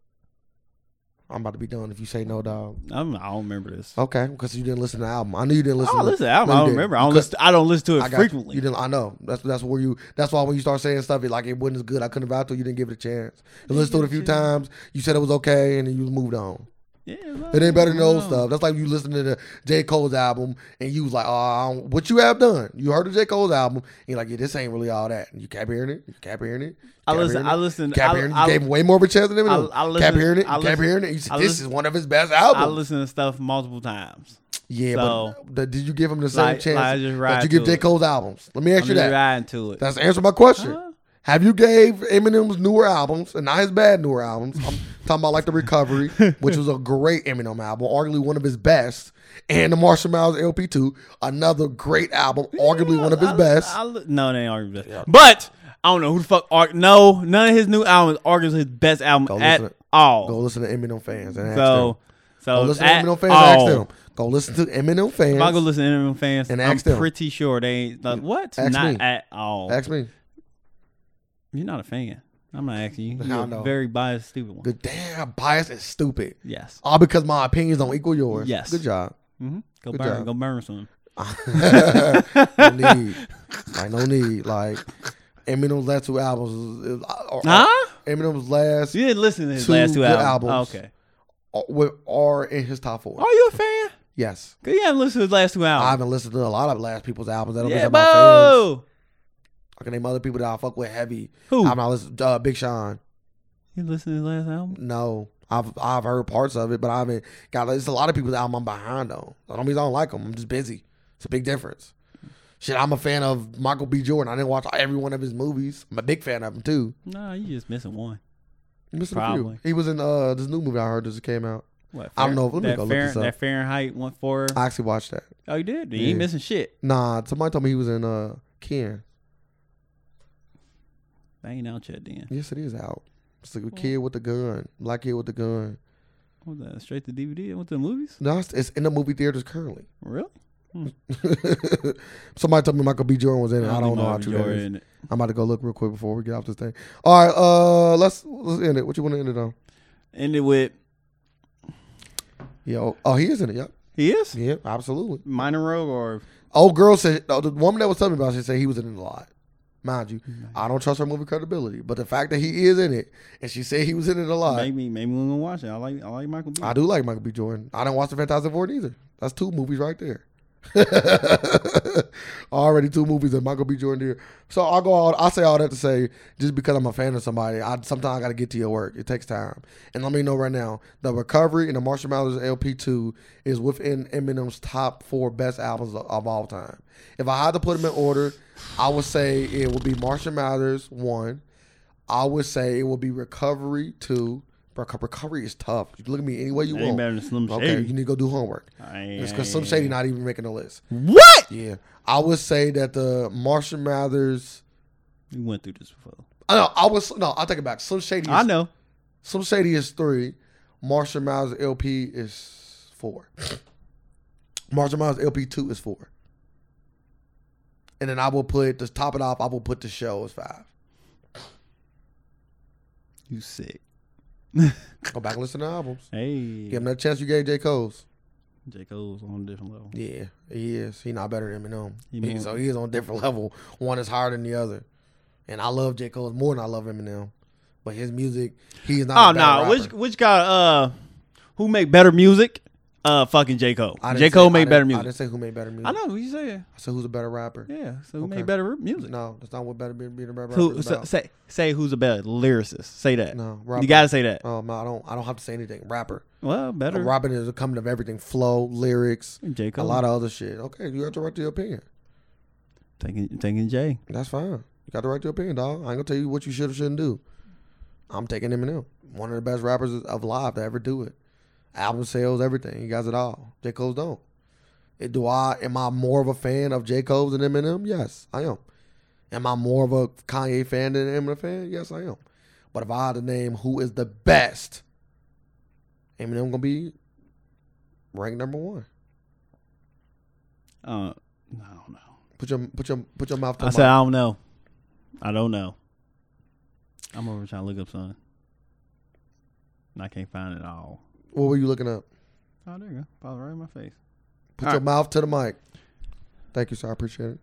B: I'm about to be done if you say no, dog.
A: I'm, I don't remember this.
B: Okay, because you didn't listen to the album. I knew you didn't
A: I
B: listen.
A: don't
B: to
A: listen. to album.
B: No,
A: I
B: you
A: don't
B: didn't.
A: remember. I don't,
B: Because-
A: listen, I don't listen to it
B: I got you.
A: frequently.
B: You didn't. I know. That's that's where you. That's why when you start saying stuff, it like it wasn't as good. I couldn't vibe to. it. You didn't give it a chance. You listened to it a few times. You said it was okay, and then you moved on.
A: Yeah,
B: It ain't better than
A: I
B: old
A: know.
B: stuff. That's like you listening to the J Cole's album, and you was like, "Oh, I don't- what you have done? You heard the J Cole's album, and you're like, yeah, this ain't really all that." And you kept hearing it. You kept hearing it. you
A: I
B: kept
A: listen.
B: hearing
A: I
B: it,
A: listen.
B: Kept
A: I,
B: hearing it. You
A: I,
B: gave him way more of a chance than him.
A: I- I
B: kept
A: listen-
B: hearing it. You
A: I
B: kept
A: listen-
B: hearing it. You said,
A: I
B: this
A: listen-
B: is one of his best
A: I
B: albums.
A: listen to stuff multiple times.
B: yeah,
A: so-
B: but the, did you give him the same
A: Like-
B: chance
A: like, I just
B: that
A: ride
B: you give
A: to
B: J
A: it.
B: Cole's albums? Let me ask
A: I'm
B: you
A: just
B: that.
A: riding to it.
B: That's answer my question.
A: Huh?
B: Have you gave Eminem's newer albums, and not his bad newer albums? I'm talking about like
A: (laughs)
B: the Recovery, which was a great Eminem album, arguably one of his best, and the Marshall Mathers LP two, another great album, arguably one of his
A: I-
B: best.
A: I- I- no, they aren't his best. But I don't know who the fuck. Ar- no, none of his new albums are his best album
B: Go
A: at
B: listen.
A: all.
B: Go listen to Eminem fans and ask them.
A: so,
B: Go
A: so
B: listen to
A: at
B: Eminem fans.
A: all.
B: And ask them. Go listen to Eminem fans.
A: If I go listen to Eminem fans,
B: And
A: I'm
B: ask them.
A: pretty sure they ain't like what?
B: Ask
A: not
B: me.
A: at all.
B: Ask me.
A: You're not a fan. I'm not asking you. You're
B: (laughs) I
A: a
B: know.
A: very biased, stupid one.
B: Good damn, biased and stupid.
A: Yes.
B: All because my opinions don't equal yours.
A: Yes.
B: Good job.
A: hmm Go
B: Good
A: burn.
B: job.
A: Go burn some.
B: no need. Like no need. Like Eminem's last two albums. is- Are, are,
A: Huh?
B: Eminem's last
A: You didn't listen to his
B: Two
A: last two
B: good
A: albums.
B: albums.
A: Okay.
B: are, were- are in his top four.
A: Are you a fan?
B: Yes,
A: Cause you haven't listened to his last two
B: I
A: albums.
B: haven't listened to a lot of last people's albums. I don't
A: Oh. yeah,
B: think I'm my fans.
A: boo.
B: I can name other people that I fuck with heavy.
A: Who?
B: I'm not listening. Uh, Big Sean.
A: you listened to his last album?
B: No, I've I've heard parts of it, but I haven't got. It's a lot of people's album I'm behind on. I don't mean I don't like them. I'm just busy. It's a big difference. Shit, I'm a fan of Michael B. Jordan. I didn't watch every one of his movies. I'm a big fan of him too.
A: Nah, you just missing one.
B: You missed a few.
A: Probably.
B: He was in uh this new movie I heard that just came out.
A: What,
B: I don't know. Let me
A: that
B: go look this up.
A: That Fahrenheit one four.
B: I actually watched that.
A: Oh, you did. You
B: Yeah.
A: ain't missing shit.
B: Nah, somebody told me he was in uh Ken.
A: That ain't out yet. Then
B: Yes, it is out. It's like a kid with a gun, black kid with a gun.
A: what was that? Straight to DVD. Went to the movies.
B: No, it's, it's in the movie theaters currently. (laughs)
A: Really?
B: somebody told me Michael B. Jordan was in it. I
A: think
B: don't know
A: Michael
B: how
A: B.
B: true that
A: Jordan
B: is.
A: in it.
B: I'm about to go look real quick before we get off this thing. All right, uh, let's let's end it. What you want to end it on?
A: Ended with
B: Yo, oh, he is in it. Yep,
A: he is
B: yeah, absolutely.
A: minor rogue or
B: Old girl said oh, the woman that was telling me about it she said he was in it a lot. Mind you, I don't trust her movie credibility, but the fact that he is in it and she said he was in it a lot,
A: maybe maybe we're gonna watch it. I like I like Michael B.
B: I do like Michael B. Jordan. I didn't watch the Fantastic Four either. That's two movies right there. (laughs) Already two movies and Michael B. Jordan here. So I'll go out. I'll say all that to say just because I'm a fan of somebody, I sometimes I gotta get to your work. It takes time. And let me know right now, the recovery and the Marshall Mathers LP two is within Eminem's top four best albums of, of all time. If I had to put them in order, I would say it would be Marshall Mathers one. I would say it would be recovery two. Bro, recovery is tough. You can look at me any way you
A: That ain't
B: want.
A: better than Slim Shady.
B: Okay, you need to go do homework.
A: I ain't-
B: It's because Slim Shady not even making the list.
A: What?
B: Yeah, I would say that the Marshall Mathers.
A: We went through this before.
B: I know. I was no. I'll take it back. Slim Shady. Is,
A: I know.
B: Slim Shady is three. Marshall Mathers LP is four. Marshall Mathers LP two is four. and then I will put to top it off. I will put the show as five.
A: You sick.
B: Go back and listen to albums.
A: Hey.
B: Give him that chance you gave J Cole's.
A: J. Cole's on a different level.
B: Yeah, he is. He not better than Eminem.
A: He
B: He
A: more-
B: so he is on a different (laughs) level. One is higher than the other. And I love J. Cole more than I love Eminem. But his music, he is not.
A: Oh
B: a
A: no,
B: bad rapper.
A: which which guy uh who make better music? Uh fucking J. Cole.
B: I didn't
A: J.
B: say-
A: Cole
B: I
A: made
B: didn't-
A: better
B: I
A: music.
B: didn't say who made better music.
A: I, know what you saying.
B: I said who's a better rapper.
A: Yeah. So who
B: Okay.
A: made better music?
B: No, that's not what better be- being a better rapper.
A: who
B: is
A: so,
B: about.
A: say say who's a better lyricist. Say that.
B: no,
A: you
B: rapper.
A: gotta say that.
B: Oh no, I don't. I don't have to say anything. Rapper.
A: Well, better
B: Rapping is a coming of everything. Flow, lyrics,
A: J.
B: a
A: Cole.
B: lot of other shit. Okay, you got the right to your opinion.
A: taking taking J.
B: That's fine. You got the right to your opinion, dog. I ain't gonna tell you what you should or shouldn't do. I'm taking Eminem, one of the best rappers of live to ever do it. Album sales, everything. He got it all. J Cole's don't. It- Do I? Am I more of a fan of J Cole's than Eminem? Yes, I am. Am I more of a Kanye fan than Eminem fan? Yes, I am. But if I had to name who is the best, Eminem gonna be ranked number one.
A: Uh I don't know.
B: Put your put your put your mouth. To
A: I
B: my-
A: said I don't know. I don't know. I'm over trying to look up something. And I can't find it all.
B: what were you looking up?
A: Oh, there you go. Follow right in my face.
B: Put
A: All
B: your
A: right.
B: mouth to the mic. Thank you, sir. I appreciate it.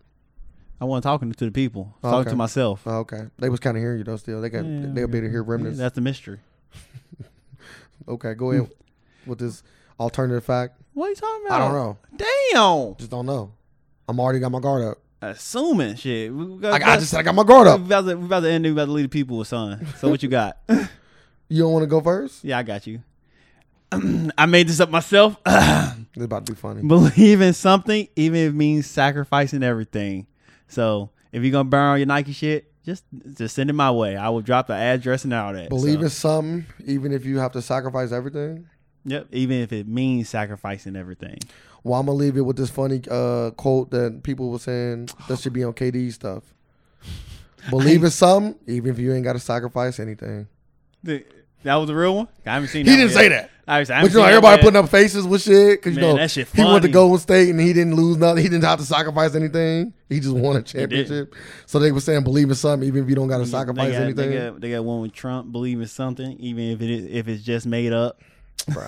A: I wasn't talking to the people. I was
B: Okay.
A: Talking to myself.
B: Oh, okay. They was kind of hearing you though. Still, they got
A: Yeah,
B: they'll be able to hear
A: Yeah,
B: remnants.
A: that's the mystery.
B: okay, go ahead with this alternative fact.
A: What are you talking
B: I
A: about?
B: don't know.
A: Damn.
B: Just don't know. I'm already got my guard up.
A: Assuming shit. We, we got,
B: I, I just said I got my guard
A: we
B: up.
A: about, to, we about to end. it. We about to leave the people with something. So what you
B: (laughs)
A: got?
B: You don't want to go first?
A: yeah, I got you. (clears throat) I made this up myself. (clears throat)
B: It's about to be funny.
A: Believe in something, even if it means sacrificing everything. So if you're gonna burn all your Nike shit, just just send it my way. I will drop the address and all that.
B: Believe
A: so,
B: in something, even if you have to sacrifice everything.
A: Yep. Even if it means sacrificing everything.
B: Well, I'm gonna leave it with this funny uh, quote that people were saying that should be on KD stuff.
A: (sighs)
B: Believe in something, even if you ain't got to sacrifice anything.
A: Th- That was a real one. I haven't seen.
B: He didn't say that.
A: I haven't, I haven't
B: But you know,
A: seen that
B: everybody
A: yet.
B: putting up faces with shit because you
A: Man,
B: know
A: that shit
B: he went to
A: funny.
B: Golden State and he didn't lose nothing. He didn't have to sacrifice anything. He just
A: (laughs)
B: won a championship. So they were saying believe in something even if you don't got to
A: Yeah,
B: sacrifice
A: they got,
B: anything. (laughs)
A: They got, they got one with Trump believing something, even if it is, if it's just made up.
B: Bro,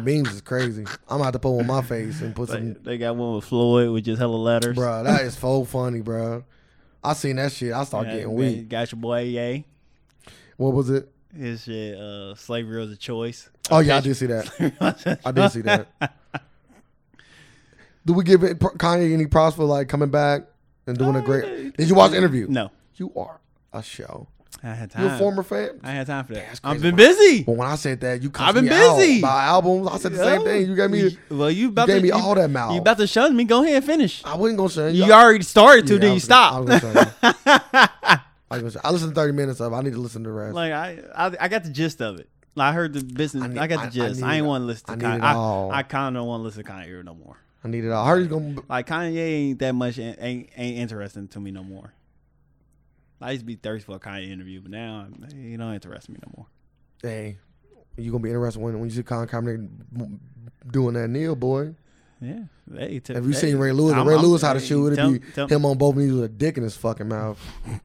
B: memes is crazy. I'm gonna have to put one on my face and put
A: They,
B: some.
A: they got one with Floyd with just hella letters.
B: Bro, that is so funny, bro. I seen that shit. I start
A: Got-
B: getting
A: they
B: weak.
A: Got your boy Ye.
B: What was it?
A: His shit, uh, slavery was a choice. (laughs)
B: Oh yeah, I did see that. I
A: I
B: did see that.
A: (laughs)
B: Do we give it, Kanye any props for like coming back and doing a
A: Oh, yeah.
B: great? Did you watch the interview?
A: No,
B: You are a show.
A: I had time.
B: You a former fan?
A: I had time for that.
B: That's
A: I've
B: crazy.
A: been busy.
B: But when I said that, you cussed
A: I've been
B: me out
A: busy.
B: By albums, I said the same
A: Yo,
B: thing. You gave me,
A: you- Well, you about
B: gave
A: to
B: me
A: you-
B: all that mouth.
A: You about to shun me? Go ahead and finish.
B: I wasn't gonna say
A: You already started to.
B: Yeah,
A: then
B: I
A: you
B: was gonna-
A: stop?
B: I was
A: (laughs)
B: gonna say that. I was gonna say- I listened to thirty minutes of. it. I need to listen to the rest.
A: Like I, I, I got the gist of it. Like, I heard the business.
B: I
A: I,
B: need-
A: got
B: I- I
A: the gist. I,
B: need it-
A: ain't want to listen
B: I
A: to
B: need
A: Kanye.
B: it all.
A: I, I kind of don't want to listen to Kanye no more.
B: I need it all. I heard he's gonna.
A: Like Kanye ain't that much. Ain't ain't ain't interesting to me no more. I used to be thirsty for a Kanye interview, but now he don't interest me no more.
B: Hey, you gonna be interested when when you see Colin Kaepernick doing that kneel, boy.
A: Yeah. Hey, t-
B: Have you
A: hey,
B: seen Ray Lewis?
A: I'm-
B: Ray
A: I'm-
B: Lewis had a
A: hey,
B: shoe.
A: tell-
B: It'd be
A: tell-
B: him on both knees with a dick in his fucking mouth.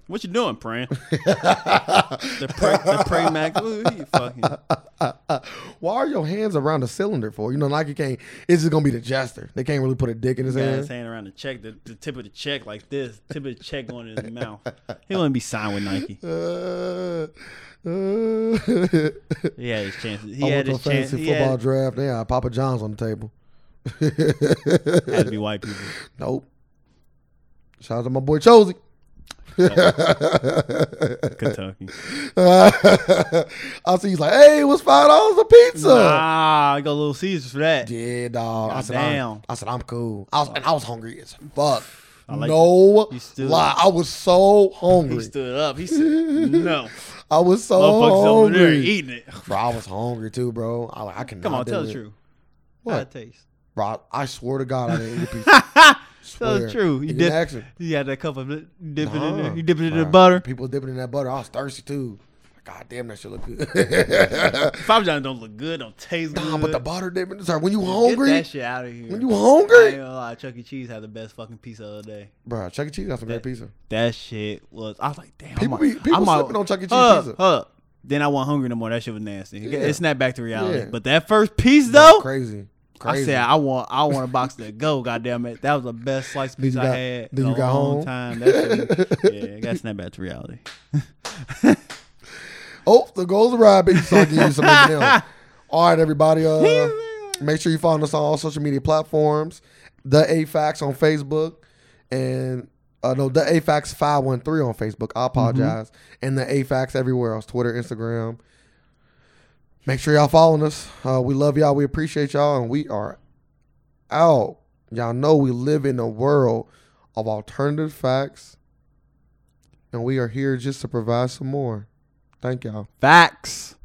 A: What you doing,
B: (laughs)
A: praying? the pray, the pray max. Ooh, you
B: (laughs)
A: fucking.
B: Why are your hands around the cylinder for? You know, Nike can't. It's just gonna be the jester. They can't really put a dick in his
A: Guys
B: hand.
A: hanging around the check, the, the tip of the check like this, tip of the check going in his mouth. He wouldn't be signed with
B: (laughs)
A: Nike.
B: Uh, uh.
A: He had his chances.
B: I
A: He
B: went
A: had
B: to a
A: his chance.
B: fantasy
A: He (laughs)
B: football
A: had,
B: draft. Yeah, Papa John's on the table. (laughs)
A: had to be white people.
B: Nope. Shout out to my boy Chozy. (laughs)
A: Kentucky.
B: I see he's like, hey, what's five dollars a pizza?
A: Ah, I got Little Caesars for that.
B: Yeah, dog. I said,
A: Goddamn.
B: I, I said I'm cool. I was, and I was hungry as fuck.
A: (sighs) I like
B: no
A: you still-
B: lie, I was so
A: He
B: hungry.
A: stood up. He said,
B: (laughs)
A: "No,
B: I was so
A: motherfuckers over there
B: hungry.
A: eating it."
B: Bro, I was hungry too, bro. I, I cannot.
A: Come on,
B: do
A: tell the
B: it.
A: truth.
B: What?
A: How it taste? (laughs)
B: bro. I, I swear to God, I didn't eat a pizza.
A: Tell
B: Swear.
A: the truth. You
B: In
A: dip.
B: action.
A: You had that cup of dip it in
B: Nah,
A: there. You dip it in the
B: bruh.
A: butter.
B: People dipping in that butter. I was thirsty too. I God damn, that shit look (laughs) good.
A: Five John don't look good. Don't taste good.
B: nah, but the butter dip. Sorry, when you
A: Get
B: hungry,
A: that shit out of here.
B: when you
A: I ain't
B: hungry,
A: gonna lie, Chuck E. Cheese had the best fucking pizza the other day.
B: bro, Chuck E. Cheese got some great pizza.
A: That shit was. I was like, damn.
B: People
A: I'm
B: be- people
A: I'm
B: slipping on Chuck E. Cheese
A: Huh,
B: pizza.
A: huh. Then I wasn't hungry no more. That shit was nasty. It-
B: Yeah.
A: It snapped back to reality.
B: Yeah.
A: But that first piece
B: That's
A: though,
B: crazy, crazy.
A: I said I want. I want a box to go. Goddamn it, that was the best slice
B: Then you
A: pizza I
B: got-
A: had.
B: then
A: in
B: you
A: a
B: got
A: long
B: home.
A: Time. That shit, yeah, it
B: (laughs)
A: got snapped back to reality.
B: oh, the goes around, baby. So I give you some M&Ms. All right, everybody. Uh, make sure you follow us on all social media platforms. The AFAX on Facebook, and uh, no, the AFAX five one three on Facebook. I apologize, and the AFAX everywhere else: Twitter, Instagram. Make sure y'all following us. Uh, we love y'all. We appreciate y'all, and we are out. Y'all know we live in a world of alternative facts, and we are here just to provide some more. Thank y'all.
A: Facts.